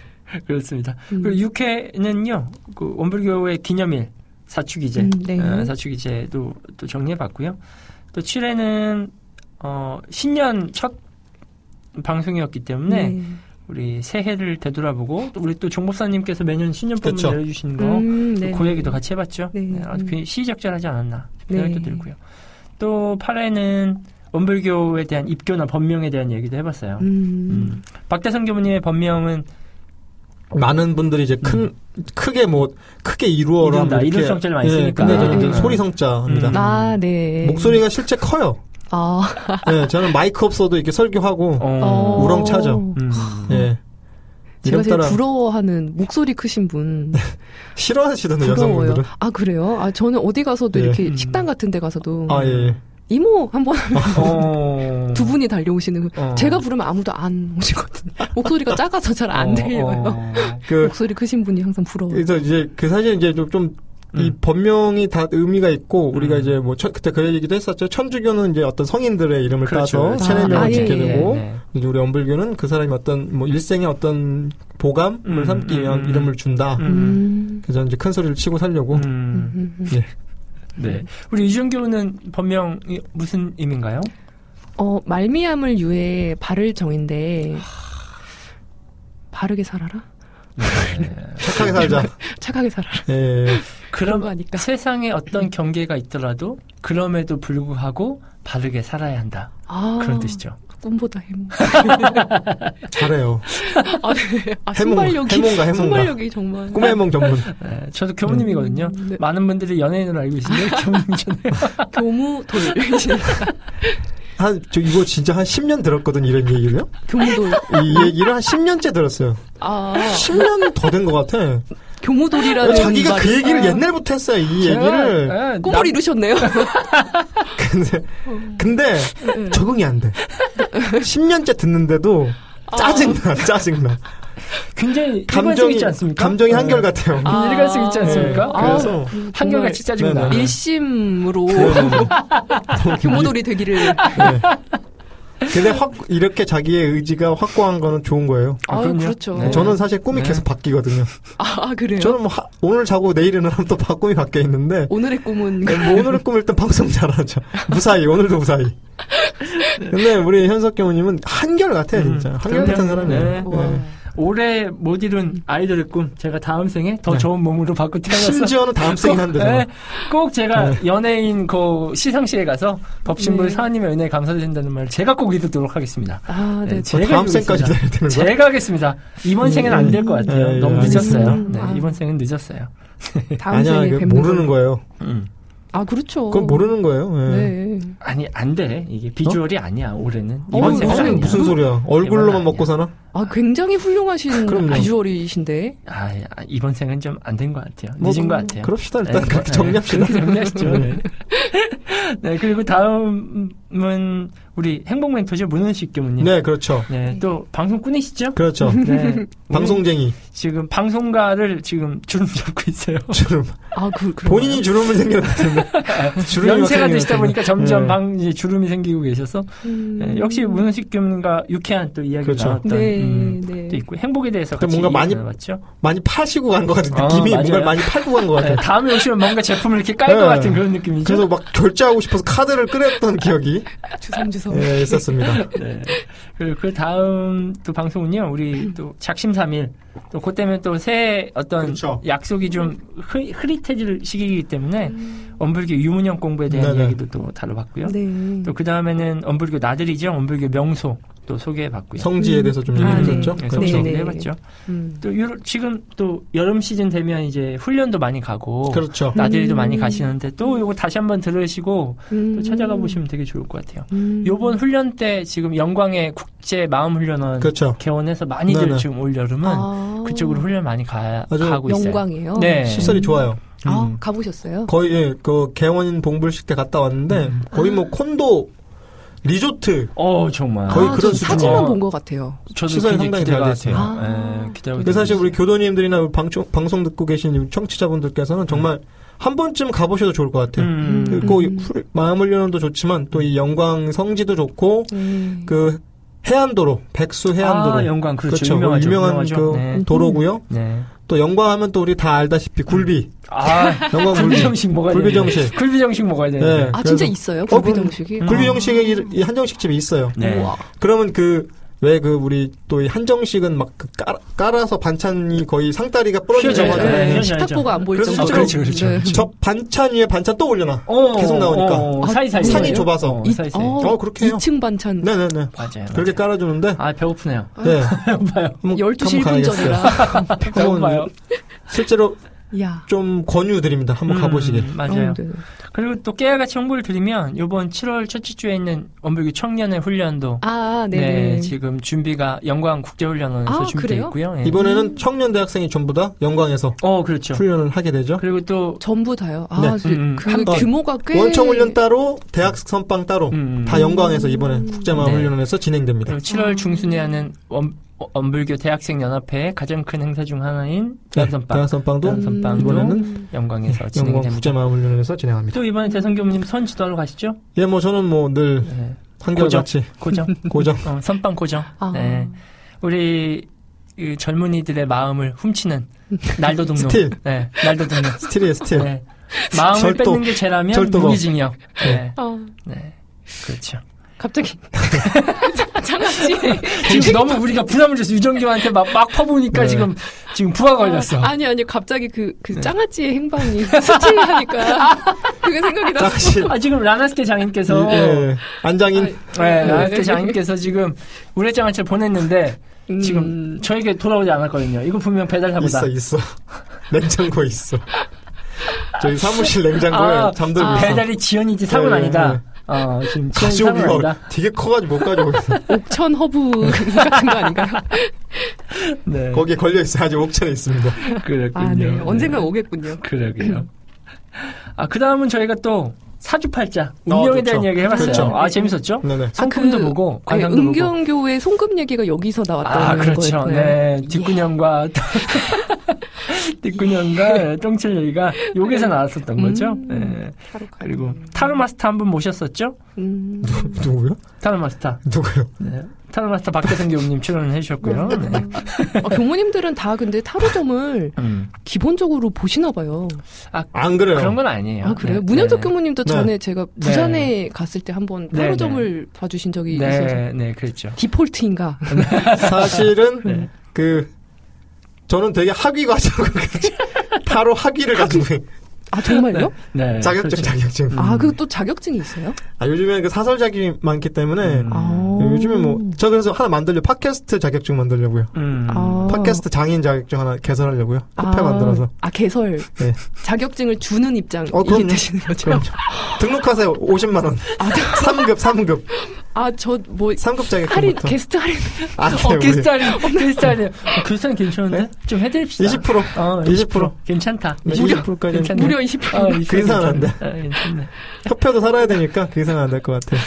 Speaker 3: 그렇습니다.
Speaker 4: 음.
Speaker 3: 그리고 6회는요, 그 원불교의 기념일, 사축이제,
Speaker 4: 음, 네.
Speaker 3: 어, 사축이제도 또 정리해봤고요. 또 7회는, 어, 신년 첫 방송이었기
Speaker 4: 네.
Speaker 3: 때문에
Speaker 4: 음,
Speaker 3: 우리 새해를 되돌아보고 또 우리 또 종법사님께서 매년 신년법을
Speaker 5: 그쵸.
Speaker 3: 내려주시는 거
Speaker 4: 음, 네.
Speaker 3: 그 얘기도 같이 해봤죠.
Speaker 4: 네.
Speaker 3: 네, 아주
Speaker 4: 음.
Speaker 3: 괜히 시의적절하지 않았나
Speaker 4: 네.
Speaker 3: 생각도 들고요. 또 8회는 원불교에 대한 입교나 법명에 대한 얘기도 해봤어요.
Speaker 4: 음.
Speaker 3: 음. 박대성 교무님의 법명은
Speaker 5: 많은 분들이 이제 큰 크게 뭐 크게 이루어라
Speaker 3: 이룬다,
Speaker 5: 뭐
Speaker 3: 이룰 성자를 많이 쓰니까. 아.
Speaker 5: 근데 저는
Speaker 4: 음.
Speaker 5: 소리 성자입니다.
Speaker 3: 음.
Speaker 4: 아, 네.
Speaker 5: 목소리가 실제 커요.
Speaker 4: 아,
Speaker 5: 예, 저는 마이크 없어도 이렇게 설교하고
Speaker 3: 어,
Speaker 4: 어.
Speaker 5: 우렁차죠.
Speaker 3: 음.
Speaker 5: 예.
Speaker 4: 제가
Speaker 5: 이름
Speaker 4: 제일
Speaker 5: 따라
Speaker 4: 부러워하는 목소리 크신 분
Speaker 5: 싫어하시던데
Speaker 4: 부러워요.
Speaker 5: 여성분들은.
Speaker 4: 아 그래요? 아 저는 어디 가서도
Speaker 5: 예.
Speaker 4: 이렇게
Speaker 3: 음.
Speaker 4: 식당 같은 데 가서도
Speaker 5: 아 예. 예.
Speaker 4: 이모 한번
Speaker 3: 어.
Speaker 4: 두 분이 달려오시는 거.
Speaker 3: 어.
Speaker 4: 제가 부르면 아무도 안 오시거든요. 목소리가 작아서 잘 안
Speaker 3: 어,
Speaker 4: 들려요.
Speaker 3: 어.
Speaker 5: 그
Speaker 4: 목소리 크신 분이 항상 부러워요.
Speaker 5: 그래서 이제 그 사실 이제 좀 좀 이
Speaker 3: 음.
Speaker 5: 법명이 다 의미가 있고 우리가
Speaker 3: 음.
Speaker 5: 이제 뭐 첫- 그때 그 얘기도 했었죠. 천주교는 이제 어떤 성인들의 이름을
Speaker 3: 그렇죠.
Speaker 5: 따서 체내명을
Speaker 4: 아, 예, 예,
Speaker 5: 짓게 되고
Speaker 3: 네.
Speaker 5: 이제 우리 엄불교는 그 사람이 어떤 뭐 일생의 어떤 보감을
Speaker 3: 음,
Speaker 5: 삼기 위한
Speaker 3: 음, 음.
Speaker 5: 이름을 준다.
Speaker 3: 음.
Speaker 4: 음.
Speaker 5: 그래서 이제 큰 소리를 치고 살려고.
Speaker 3: 음.
Speaker 4: 음, 음.
Speaker 3: 네. 우리 유준교는 법명이 무슨 의미인가요?
Speaker 4: 어 말미암을 유해 바를 정인데 바르게 살아라.
Speaker 5: 네.
Speaker 3: 네.
Speaker 5: 착하게 살자.
Speaker 4: 착하게 살아라.
Speaker 5: 예, 예. 예.
Speaker 4: 그런
Speaker 3: 그럼
Speaker 4: 거 아닐까. 음.
Speaker 3: 세상에 어떤 경계가 있더라도 그럼에도 불구하고 바르게 살아야 한다.
Speaker 4: 아,
Speaker 3: 그런 뜻이죠.
Speaker 4: 꿈보다 해몽.
Speaker 5: 잘해요.
Speaker 4: 아, 네. 아
Speaker 5: 해몽,
Speaker 4: 순발력이
Speaker 5: 해몽가, 해몽가.
Speaker 4: 순발력이 정말.
Speaker 5: 꿈의 해몽 전문.
Speaker 3: 네, 저도 교무님이거든요.
Speaker 4: 음, 네. 아.
Speaker 3: 많은 분들이 연예인으로 알고 계신데 교무님 전에
Speaker 4: 교무돌.
Speaker 5: 한, 저 이거 진짜 한 10년 들었거든, 이런 얘기를.
Speaker 4: 교무돌.
Speaker 5: 이 얘기를 한 10년째 들었어요.
Speaker 4: 아
Speaker 5: 10년 더 된 것 같아.
Speaker 4: 교무돌이라는
Speaker 5: 자기가
Speaker 4: 말이-
Speaker 5: 그 얘기를 옛날부터 했어요, 이 얘기를.
Speaker 3: 네. 제가, 예,
Speaker 4: 꿈을 이루셨네요.
Speaker 5: 근데, 근데
Speaker 4: 네.
Speaker 5: 적응이 안 돼. 10년째 듣는데도 짜증나, 짜증나.
Speaker 3: 굉장히 아. 네, 일관성
Speaker 5: 감정이,
Speaker 3: 있지 않습니까?
Speaker 5: 감정이
Speaker 3: 네.
Speaker 5: 한결 같아요.
Speaker 4: 아.
Speaker 3: 일관성 있지 않습니까?
Speaker 5: 네,
Speaker 3: 아,
Speaker 5: 그래서
Speaker 3: 한결같이 짜증나.
Speaker 5: 네네.
Speaker 4: 일심으로
Speaker 3: 그
Speaker 4: 교무돌이 되기를.
Speaker 3: 아,
Speaker 5: 네. 근데 확 이렇게 자기의 의지가 확고한 거는 좋은 거예요.
Speaker 3: 아,
Speaker 4: 아,
Speaker 3: 그럼요.
Speaker 4: 그렇죠.
Speaker 3: 네.
Speaker 5: 저는 사실 꿈이
Speaker 3: 네.
Speaker 5: 계속 바뀌거든요.
Speaker 4: 아, 그래요?
Speaker 5: 저는 뭐 하- 오늘 자고 내일 일어나면 또 바- 꿈이 바뀌어 있는데
Speaker 4: 오늘의 꿈은
Speaker 5: 뭐 오늘의 꿈 일단 방송 잘하죠. 무사히 오늘도 무사히. 근데 우리 현석 경우님은 한결 같아요 진짜
Speaker 3: 음,
Speaker 5: 한결
Speaker 3: 그럼요.
Speaker 5: 같은 사람이에요.
Speaker 3: 네.
Speaker 4: 와.
Speaker 5: 네.
Speaker 3: 올해 못
Speaker 4: 음.
Speaker 3: 이룬 아이들의 꿈 제가 다음 생에 더
Speaker 5: 네.
Speaker 3: 좋은 몸으로 바꿔 태어났어.
Speaker 5: 심지어는 네. 다음 생긴 한데.
Speaker 3: 네, 꼭 제가 연예인 그 시상식에 가서 법신부
Speaker 4: 네.
Speaker 3: 사님의 은혜에 감사드린다는 말을 제가 꼭 이루도록 하겠습니다.
Speaker 4: 아, 네.
Speaker 3: 네,
Speaker 5: 뭐 다음
Speaker 3: 이루겠습니다.
Speaker 5: 생까지 네. 기다려야 되는 거야?
Speaker 3: 제가 하겠습니다. 이번 생에는 안 될 것 같아요.
Speaker 5: 예, 예,
Speaker 3: 너무
Speaker 5: 알겠습니다.
Speaker 3: 늦었어요.
Speaker 4: 음,
Speaker 3: 네,
Speaker 4: 아.
Speaker 3: 이번 생은 늦었어요.
Speaker 4: 다음
Speaker 5: 아니야
Speaker 4: 생에
Speaker 5: 이거
Speaker 4: 뵙는
Speaker 5: 모르는
Speaker 4: 거.
Speaker 5: 거예요.
Speaker 4: 아, 그렇죠.
Speaker 5: 그건 모르는 거예요. 예.
Speaker 4: 네.
Speaker 3: 아니 안 돼. 이게 비주얼이 아니야. 올해는 이번
Speaker 4: 어,
Speaker 3: 생은
Speaker 5: 무슨
Speaker 3: 아니야.
Speaker 5: 무슨 소리야? 얼굴로만
Speaker 3: 아니야.
Speaker 5: 먹고 사나?
Speaker 4: 아, 굉장히 훌륭하신
Speaker 5: 그럼요.
Speaker 4: 비주얼이신데.
Speaker 3: 아, 아, 이번 생은 좀 안 된 것 같아요.
Speaker 5: 뭐,
Speaker 3: 늦은 것 같아요.
Speaker 5: 그럽시다 일단
Speaker 3: 네,
Speaker 5: 그렇게
Speaker 3: 네,
Speaker 5: 정리합시다.
Speaker 3: 그렇게 정리하시죠. 네. 네, 그리고 다음은 우리 행복 멘토죠. 문은식 교무님.
Speaker 5: 네 그렇죠.
Speaker 3: 네, 또 방송꾼이시죠?
Speaker 5: 그렇죠.
Speaker 3: 네.
Speaker 5: 방송쟁이
Speaker 3: 지금 방송가를 지금 주름 잡고 있어요.
Speaker 5: 주름
Speaker 4: 아, 그, 그런가요?
Speaker 5: 본인이 주름을 생겼는데 주름이 막
Speaker 3: 연세가
Speaker 5: 생기는
Speaker 3: 드시다
Speaker 5: 것
Speaker 3: 보니까
Speaker 5: 같은데.
Speaker 3: 점점
Speaker 5: 네.
Speaker 3: 방 이제 주름이 생기고 계셔서
Speaker 4: 음.
Speaker 3: 네, 역시 문은식 교무님과 유쾌한 또 이야기가
Speaker 5: 그렇죠.
Speaker 3: 나왔던
Speaker 4: 네,
Speaker 3: 음,
Speaker 4: 네.
Speaker 3: 또 있고 행복에 대해서
Speaker 5: 근데
Speaker 3: 같이
Speaker 5: 뭔가 많이
Speaker 3: 맞죠?
Speaker 5: 많이 파시고 간 것 같은
Speaker 3: 아,
Speaker 5: 느낌이
Speaker 3: 맞아요.
Speaker 5: 뭔가 많이 팔고 간 것 같아요.
Speaker 3: 네, 다음에 오시면 뭔가 제품을 이렇게 깔 것
Speaker 5: 네.
Speaker 3: 같은 그런 느낌이죠.
Speaker 5: 그래서 막 결제하고 싶어서 카드를 끄렸던 기억이
Speaker 3: 어.
Speaker 4: 주섬주섬.
Speaker 5: 예, 있었습니다.
Speaker 3: 네. 그리고 그 다음 또 방송은요, 우리 또 작심삼일. 또 그때면 또 새해 어떤
Speaker 5: 그렇죠.
Speaker 3: 약속이 좀 흐, 흐릿해질 시기이기 때문에 엄불교 유문형 공부에 대한
Speaker 5: 네네.
Speaker 3: 이야기도 또 다뤄봤고요.
Speaker 4: 음. 네.
Speaker 3: 또 그 다음에는 엄불교 나들이죠. 엄불교 명소 또 소개해봤고요.
Speaker 5: 성지에 대해서 좀
Speaker 3: 음.
Speaker 5: 얘기해
Speaker 3: 아,
Speaker 5: 주셨죠?
Speaker 3: 네,
Speaker 5: 네.
Speaker 3: 성수
Speaker 4: 성지.
Speaker 3: 얘기도
Speaker 4: 네.
Speaker 3: 해봤죠.
Speaker 4: 음.
Speaker 3: 또 요러- 지금 또 여름 시즌 되면 이제 훈련도 많이 가고
Speaker 5: 그렇죠.
Speaker 3: 나들이도
Speaker 4: 음.
Speaker 3: 많이 가시는데 또 요거 다시 한번 들으시고 또
Speaker 4: 음.
Speaker 3: 찾아가 보시면 되게 좋을 것 같아요.
Speaker 4: 음.
Speaker 3: 요번 훈련 때 지금 영광의 국제 마음 훈련원
Speaker 5: 그렇죠.
Speaker 3: 개원해서 많이들
Speaker 5: 네네.
Speaker 3: 지금 올 여름은
Speaker 4: 아.
Speaker 3: 그쪽으로 훈련 많이 가,
Speaker 5: 아주
Speaker 3: 가고 있어요.
Speaker 4: 영광이에요.
Speaker 3: 네.
Speaker 5: 시설이 좋아요.
Speaker 4: 아,
Speaker 5: 음.
Speaker 4: 가보셨어요?
Speaker 5: 거의 예, 그 개원 봉불식 때 갔다 왔는데
Speaker 3: 음.
Speaker 5: 거의 뭐 콘도 리조트
Speaker 3: 어 정말.
Speaker 5: 거의
Speaker 4: 아, 저
Speaker 5: 그런 수준이에요.
Speaker 4: 사진만 본 것 같아요.
Speaker 3: 저도
Speaker 5: 시설이 상당히 잘
Speaker 3: 기대가
Speaker 5: 됐어요.
Speaker 3: 돼요.
Speaker 4: 아.
Speaker 3: 예, 기대가
Speaker 5: 그 사실
Speaker 3: 돼요.
Speaker 5: 우리 교도님들이나 우리 방청- 방송 듣고 계신 이 청취자분들께서는 정말 한 번쯤 가보셔도 좋을 것 같아요.
Speaker 3: 음,
Speaker 5: 그
Speaker 3: 음.
Speaker 5: 꼭 훌- 마음 훈련도 좋지만 또 이 영광 성지도 좋고
Speaker 4: 네.
Speaker 5: 그 해안도로 백수 해안도로
Speaker 3: 아, 영광 그렇죠.
Speaker 5: 그렇죠.
Speaker 3: 유명하죠.
Speaker 5: 유명한
Speaker 3: 유명하죠.
Speaker 5: 그
Speaker 3: 네.
Speaker 5: 도로고요.
Speaker 3: 네.
Speaker 5: 또 영광하면 또 우리 다 알다시피 굴비
Speaker 3: 아
Speaker 5: 영광
Speaker 3: 굴비
Speaker 5: 굴비
Speaker 3: 정식 먹어야
Speaker 5: 굴비
Speaker 3: 되는데.
Speaker 5: 정식. 네.
Speaker 3: 굴비 정식 먹어야 되는데.
Speaker 4: 아,
Speaker 5: 그래서-
Speaker 4: 진짜 있어요?
Speaker 5: 그럼-
Speaker 4: 굴비정식이? 아.
Speaker 5: 굴비
Speaker 3: 음.
Speaker 5: 정식의 이- 이 한정식 집이 있어요.
Speaker 3: 네.
Speaker 4: 우와.
Speaker 5: 그러면 그 왜 그 우리 또 이 한정식은 막그 깔- 깔아서 반찬이 거의 상다리가 부러지고
Speaker 3: 휘어져요.
Speaker 5: 하잖아요.
Speaker 3: 네.
Speaker 4: 식탁
Speaker 3: 알죠.
Speaker 4: 보고 안 보일
Speaker 5: 그래서
Speaker 4: 정도로. 네.
Speaker 5: 실제로-
Speaker 3: 그렇죠, 그렇죠.
Speaker 5: 저 반찬 위에 반찬 또 올려놔.
Speaker 3: 어,
Speaker 5: 계속 나오니까.
Speaker 3: 어, 어, 사이사이
Speaker 5: 산이
Speaker 3: 보여요?
Speaker 5: 좁아서.
Speaker 3: 어,
Speaker 4: 이-
Speaker 3: 사이사이.
Speaker 4: 어.
Speaker 5: 어 그렇게 해요.
Speaker 4: 2층 반찬.
Speaker 5: 네네네.
Speaker 3: 맞아요.
Speaker 5: 그렇게 깔아주는데
Speaker 3: 아 배고프네요.
Speaker 5: 네.
Speaker 3: 배고파요.
Speaker 5: 한번-
Speaker 4: 12시
Speaker 5: 한번
Speaker 4: 1분
Speaker 5: 가야겠어요.
Speaker 4: 전이라.
Speaker 3: 아, 배고파요.
Speaker 5: 실제로
Speaker 4: 야.
Speaker 5: 좀 권유드립니다. 한번
Speaker 3: 음,
Speaker 5: 가보시길.
Speaker 3: 맞아요.
Speaker 4: 어, 네.
Speaker 3: 그리고 또 깨알같이 홍보를 드리면 이번 7월 첫째 주에 있는 원불교 청년의 훈련도
Speaker 4: 아,
Speaker 3: 네,
Speaker 4: 네네.
Speaker 3: 지금 준비가 영광 국제훈련원에서
Speaker 4: 아,
Speaker 3: 준비돼
Speaker 4: 그래요?
Speaker 3: 있고요. 예.
Speaker 5: 이번에는 청년 대학생이 전부 다 영광에서
Speaker 3: 어 그렇죠.
Speaker 5: 훈련을 하게 되죠.
Speaker 3: 그리고 또
Speaker 4: 전부 다요. 아,
Speaker 5: 네.
Speaker 4: 그-
Speaker 3: 음, 음.
Speaker 4: 그
Speaker 5: 한 번.
Speaker 4: 규모가 꽤
Speaker 5: 원청 훈련 따로, 대학 선빵 따로
Speaker 3: 음, 음.
Speaker 5: 다 영광에서 이번에 국제만
Speaker 3: 네.
Speaker 5: 훈련에서 진행됩니다.
Speaker 3: 그리고 7월 중순에 하는 원, 원불교 대학생 연합회의 가장 큰 행사 중 하나인 대학선빵
Speaker 5: 대학 선빵도
Speaker 3: 대학
Speaker 4: 음,
Speaker 3: 선빵도
Speaker 5: 이번에는
Speaker 3: 영광에서
Speaker 5: 네. 영광
Speaker 3: 진행됩니다.
Speaker 5: 국제만 훈련에서 진행합니다.
Speaker 3: 또 이번에 대선 교무님 선 지도하러 가시죠?
Speaker 5: 예, 뭐 저는 뭐 늘
Speaker 3: 네.
Speaker 5: 한결같이
Speaker 3: 고정.
Speaker 5: 고정.
Speaker 3: 어, 선빵 고정.
Speaker 4: 아.
Speaker 3: 네. 우리 이 젊은이들의 마음을 훔치는 날도 등록.
Speaker 5: 스틸.
Speaker 3: 네, 날도 등록.
Speaker 5: 스틸이에요, 스틸.
Speaker 3: 네. 마음을
Speaker 5: 절도.
Speaker 3: 뺏는 게 죄라면
Speaker 5: 절도범.
Speaker 3: 무기징역. 네.
Speaker 4: 아,
Speaker 3: 네. 그렇죠.
Speaker 4: 갑자기 장갑지.
Speaker 3: 지금 너무 우리가 부담을 줘서 유정규한테 막, 막 퍼보니까
Speaker 5: 네.
Speaker 3: 지금, 지금 부하 걸렸어.
Speaker 4: 아니 아니 갑자기 그 그 장아찌의 행방이 스치를 하니까 그게 생각이 나서
Speaker 5: 짝실.
Speaker 3: 아, 지금 라나스케 장인께서,
Speaker 5: 예. 안장인.
Speaker 3: 네,
Speaker 4: 네, 네.
Speaker 3: 라나스케 장인께서 지금 우리 장한채 보냈는데,
Speaker 4: 음,
Speaker 3: 지금 저에게 돌아오지 않았거든요. 이거 분명 배달 사고다.
Speaker 5: 있어 있어. 냉장고에 있어. 저희 사무실 냉장고에
Speaker 3: 아,
Speaker 5: 잠들고
Speaker 4: 아.
Speaker 5: 있어.
Speaker 3: 배달이 지연이지 사고는
Speaker 5: 네,
Speaker 3: 아니다. 어, 지금 지연이 사고는
Speaker 5: 가져오기가
Speaker 3: 아니다.
Speaker 5: 되게 커가지고 못 가져오고 있어.
Speaker 4: 옥천 허브 같은 거 아닌가요?
Speaker 3: 네.
Speaker 5: 거기에 걸려있어. 아직 옥천에 있습니다.
Speaker 3: 그랬군요.
Speaker 4: 아, 네.
Speaker 3: 네.
Speaker 4: 언젠간 오겠군요.
Speaker 3: 그러게요. 아, 그 다음은 저희가 또 사주팔자,
Speaker 5: 어,
Speaker 3: 운명에
Speaker 5: 그렇죠.
Speaker 3: 대한 이야기 해봤어요.
Speaker 5: 그렇죠.
Speaker 3: 아, 재밌었죠?
Speaker 5: 네네.
Speaker 3: 성품도
Speaker 4: 아, 그-
Speaker 3: 보고,
Speaker 4: 아니,
Speaker 3: 관상도 보고.
Speaker 4: 은경교의 송금 얘기가 여기서 나왔다는
Speaker 3: 아, 그렇죠.
Speaker 4: 거였고요.
Speaker 3: 네. 뒷구녕과, 뒷구녕과 똥칠 얘기가 여기서 나왔었던 거죠.
Speaker 4: 음.
Speaker 3: 네.
Speaker 4: 하루 가요.
Speaker 3: 그리고 타르마스타 한 분 모셨었죠?
Speaker 4: 음,
Speaker 5: 누구요?
Speaker 3: 타르마스타.
Speaker 5: 누구요?
Speaker 3: 네. 타르마스타 박재성 교수님 출연을 해주셨고요. 네.
Speaker 4: 어, 교모님들은 다 근데 타로점을
Speaker 3: 음.
Speaker 4: 기본적으로 보시나 봐요.
Speaker 5: 안 그래요.
Speaker 3: 그런 건 아니에요.
Speaker 4: 아 그래요?
Speaker 3: 네.
Speaker 4: 문현석
Speaker 3: 네.
Speaker 4: 교모님도
Speaker 5: 네.
Speaker 4: 전에 제가 부산에 갔을 때 한번
Speaker 3: 네,
Speaker 4: 타로점을 봐주신 적이 있어서
Speaker 3: 네, 네, 그랬죠.
Speaker 4: 디폴트인가?
Speaker 5: 사실은
Speaker 3: 네.
Speaker 5: 그 저는 되게 학위 가지고 타로 학위를 가지고
Speaker 4: 아 정말요?
Speaker 3: 네. 그렇죠.
Speaker 5: 자격증 자격증.
Speaker 4: 아 그 또 자격증이 있어요?
Speaker 5: 아, 요즘에 그 사설 자격이 많기 때문에
Speaker 3: 음.
Speaker 4: 아.
Speaker 5: 요즘에 뭐 저 그래서 하나 만들려 팟캐스트 자격증 만들려고요.
Speaker 3: 음.
Speaker 4: 아.
Speaker 5: 팟캐스트 장인 자격증 하나 개설하려고요. 협회
Speaker 4: 아,
Speaker 5: 만들어서.
Speaker 4: 아 개설
Speaker 5: 네.
Speaker 4: 자격증을 주는 입장
Speaker 5: 어,
Speaker 4: 이게
Speaker 5: 그럼요.
Speaker 4: 되시는 거죠?
Speaker 5: 그럼 등록하세요. 50만 원.
Speaker 4: 아,
Speaker 5: 3급, 3급.
Speaker 4: 아 저 뭐
Speaker 5: 3급
Speaker 4: 할인
Speaker 5: 자격증부터.
Speaker 4: 게스트 할인
Speaker 5: 안 돼요.
Speaker 3: 어,
Speaker 5: 우리.
Speaker 3: 게스트할인, 게스트할인. 게스트할인 괜찮은데?
Speaker 5: 네?
Speaker 3: 좀 해드립시다.
Speaker 5: 20%.
Speaker 3: 어,
Speaker 5: 20%.
Speaker 3: 괜찮다.
Speaker 5: 네, 20% 까지는
Speaker 3: 괜찮네.
Speaker 4: 무려 20%.
Speaker 3: 어, 20%
Speaker 5: 그 이상은 안 돼.
Speaker 3: 괜찮네. 아, 괜찮네.
Speaker 5: 협회도 살아야 되니까 그 이상은 안 될 것 같아요.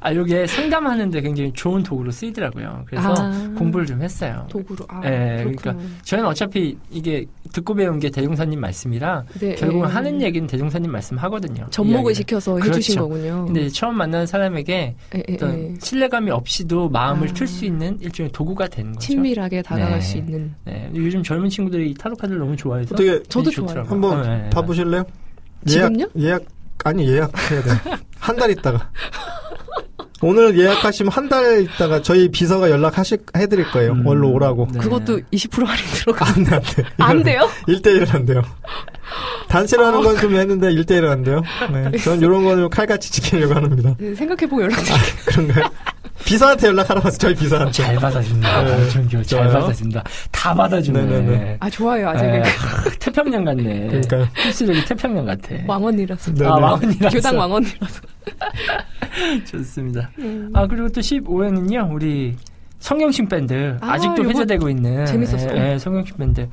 Speaker 3: 아, 요게 상담하는데 굉장히 좋은 도구로 쓰이더라고요. 그래서
Speaker 4: 아.
Speaker 3: 공부를 좀 했어요.
Speaker 4: 도구로 아
Speaker 5: 네,
Speaker 3: 예,
Speaker 5: 그러니까
Speaker 4: 그렇구나.
Speaker 3: 저희는 어차피 이게 듣고 배운 게 대종사님 말씀이라
Speaker 4: 네,
Speaker 3: 결국
Speaker 4: 예.
Speaker 3: 하는 얘기는 대종사님 말씀 하거든요.
Speaker 4: 접목을
Speaker 3: 이야기를.
Speaker 4: 시켜서
Speaker 3: 그렇죠.
Speaker 4: 해주신 거군요.
Speaker 3: 근데 그렇죠. 처음 만나는 사람에게
Speaker 4: 예, 예,
Speaker 3: 어떤
Speaker 4: 예.
Speaker 3: 신뢰감이 없이도 마음을
Speaker 4: 아.
Speaker 3: 틀 수 있는 일종의 도구가 되는 거죠.
Speaker 4: 친밀하게 다가갈
Speaker 3: 네.
Speaker 4: 수 있는
Speaker 3: 네, 요즘 젊은 친구들이 이 타로 카드를 너무 좋아해서
Speaker 5: 어떻게
Speaker 4: 저도
Speaker 3: 좋더라고요.
Speaker 4: 좋아요.
Speaker 5: 한번
Speaker 3: 네, 네.
Speaker 5: 봐보실래요?
Speaker 4: 지금요?
Speaker 5: 예약, 예약, 아니 예약해야 돼. 한 달 있다가. 오늘 예약하시면 한 달 있다가 저희 비서가 연락하실, 해드릴 거예요.
Speaker 3: 음.
Speaker 5: 월로 오라고. 아,
Speaker 3: 네.
Speaker 4: 그것도 20% 할인 들어가
Speaker 5: 안 돼, 안 돼.
Speaker 4: 안 돼요? 어.
Speaker 5: 1대1은 안 돼요. 단체로 하는 건 좀 했는데 1대1은 안 돼요. 네. 전 이런 거는 좀 칼같이 지키려고 합니다.
Speaker 4: 네, 생각해보고 연락드릴게요.
Speaker 5: 그런가요? 비서한테 연락하라고 해서 저희 비서한테.
Speaker 3: 잘 받아준다.
Speaker 5: 네.
Speaker 3: 정규 잘
Speaker 5: 좋아요.
Speaker 3: 받아준다. 다 받아주네.
Speaker 5: 네네네.
Speaker 4: 아 좋아요 아직
Speaker 3: 에, 아, 태평양 같네.
Speaker 5: 그러니까요.
Speaker 3: 필수적인 태평양 같아.
Speaker 4: 왕원이라서
Speaker 5: 네,
Speaker 3: 아,
Speaker 5: 네.
Speaker 3: 왕언이라서.
Speaker 4: 교당 왕원이라서
Speaker 3: 좋습니다. 아, 그리고 또 15회는요, 우리 성경신 밴드.
Speaker 4: 아,
Speaker 3: 아, 직도
Speaker 4: 요거
Speaker 3: 회자되고 있는.
Speaker 4: 재밌었어.
Speaker 3: 예, 예, 성경신 밴드.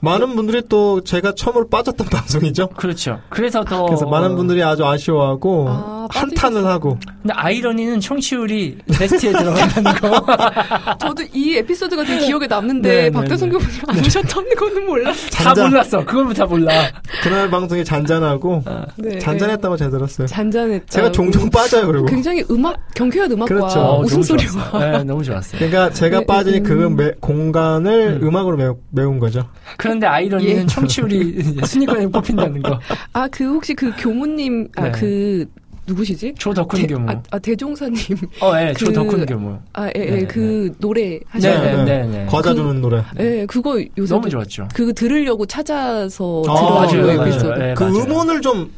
Speaker 5: 많은 분들이 또 제가 처음으로 빠졌던 방송이죠.
Speaker 3: 그렇죠. 그래서 더.
Speaker 5: 그래서 많은 분들이 아주 아쉬워하고
Speaker 4: 아,
Speaker 5: 한탄을 하고
Speaker 3: 근데 아이러니는 청취율이 베스트에 들어간다는 거.
Speaker 4: 아, 저도 이 에피소드가 되게 기억에 남는데
Speaker 3: 네, 네,
Speaker 4: 박대성
Speaker 3: 네.
Speaker 4: 교수님 안 오셨던 거는 몰랐어요.
Speaker 3: 다
Speaker 5: 잔잔-
Speaker 3: 몰랐어. 그걸 다 몰라.
Speaker 5: 그날 방송이 잔잔하고
Speaker 4: 네,
Speaker 5: 잔잔했다고 잘 들었어요.
Speaker 4: 네. 잔잔했다.
Speaker 5: 제가 종종 빠져요 그리고.
Speaker 4: 굉장히 음악 경쾌한 음악과
Speaker 5: 그렇죠.
Speaker 3: 어, 너무
Speaker 4: 웃음소리와
Speaker 3: 좋았어요. 네, 너무 좋았어요.
Speaker 5: 그러니까 제가
Speaker 4: 네,
Speaker 5: 빠지니
Speaker 4: 음.
Speaker 5: 그 매- 공간을
Speaker 3: 음.
Speaker 5: 음. 악으로 메, 메운 거죠.
Speaker 3: 그런데 아이러니는
Speaker 4: 예.
Speaker 3: 청취율이 순위권에 뽑힌다는 거.
Speaker 4: 아 그 혹시 그 교무님
Speaker 3: 네.
Speaker 4: 아 그 누구시지?
Speaker 3: 조덕훈
Speaker 4: 대-
Speaker 3: 교무.
Speaker 4: 아, 아, 대종사님
Speaker 3: 어, 예,
Speaker 4: 그-
Speaker 3: 조덕훈 교무. 네,
Speaker 4: 아예그 노래 하시는
Speaker 3: 네, 네, 네, 네.
Speaker 5: 과자
Speaker 4: 그-
Speaker 5: 주는 노래.
Speaker 4: 예 그거 요새
Speaker 3: 너무 좋았죠.
Speaker 4: 그 들으려고 찾아서
Speaker 5: 아,
Speaker 4: 들어가는
Speaker 5: 맞아요,
Speaker 4: 거예요.
Speaker 5: 맞아요.
Speaker 4: 그래서
Speaker 3: 네,
Speaker 5: 그
Speaker 3: 맞아요.
Speaker 5: 음원을 좀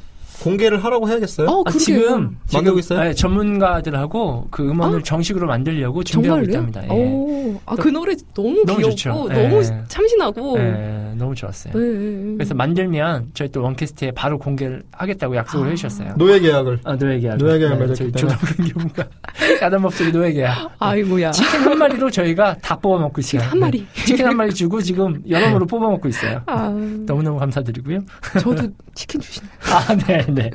Speaker 5: 공개를 하라고 해야겠어요.
Speaker 4: 어
Speaker 3: 아,
Speaker 4: 그러게요.
Speaker 3: 지금
Speaker 5: 만들고 있어요?
Speaker 3: 네, 전문가들하고 그 음원을
Speaker 4: 아?
Speaker 3: 정식으로 만들려고 준비하고
Speaker 4: 정말요?
Speaker 3: 있답니다. 예.
Speaker 4: 오, 아, 그 노래 너무,
Speaker 3: 너무
Speaker 4: 귀엽고
Speaker 3: 좋죠. 예.
Speaker 4: 너무 참신하고. 예.
Speaker 3: 예, 너무 좋았어요.
Speaker 4: 예, 예.
Speaker 3: 그래서 만들면 저희 또 원캐스트에 바로 공개를 하겠다고 약속을 해주셨어요.
Speaker 5: 노예 계약을.
Speaker 3: 아, 노예 계약.
Speaker 5: 노예 계약을 맺었기
Speaker 3: 저희
Speaker 5: 때문에.
Speaker 3: 조덕훈 교무가 야단 법석이 노예 계약.
Speaker 4: 아이고야.
Speaker 3: 치킨 한 마리로 저희가 다 뽑아먹고 있어요. 네.
Speaker 4: 한 마리.
Speaker 3: 치킨 한 마리 주고 지금 여러모로 뽑아먹고 있어요.
Speaker 4: 아,
Speaker 3: 너무너무 감사드리고요.
Speaker 4: 저도 치킨 주시나요?
Speaker 3: 아, 네, 네.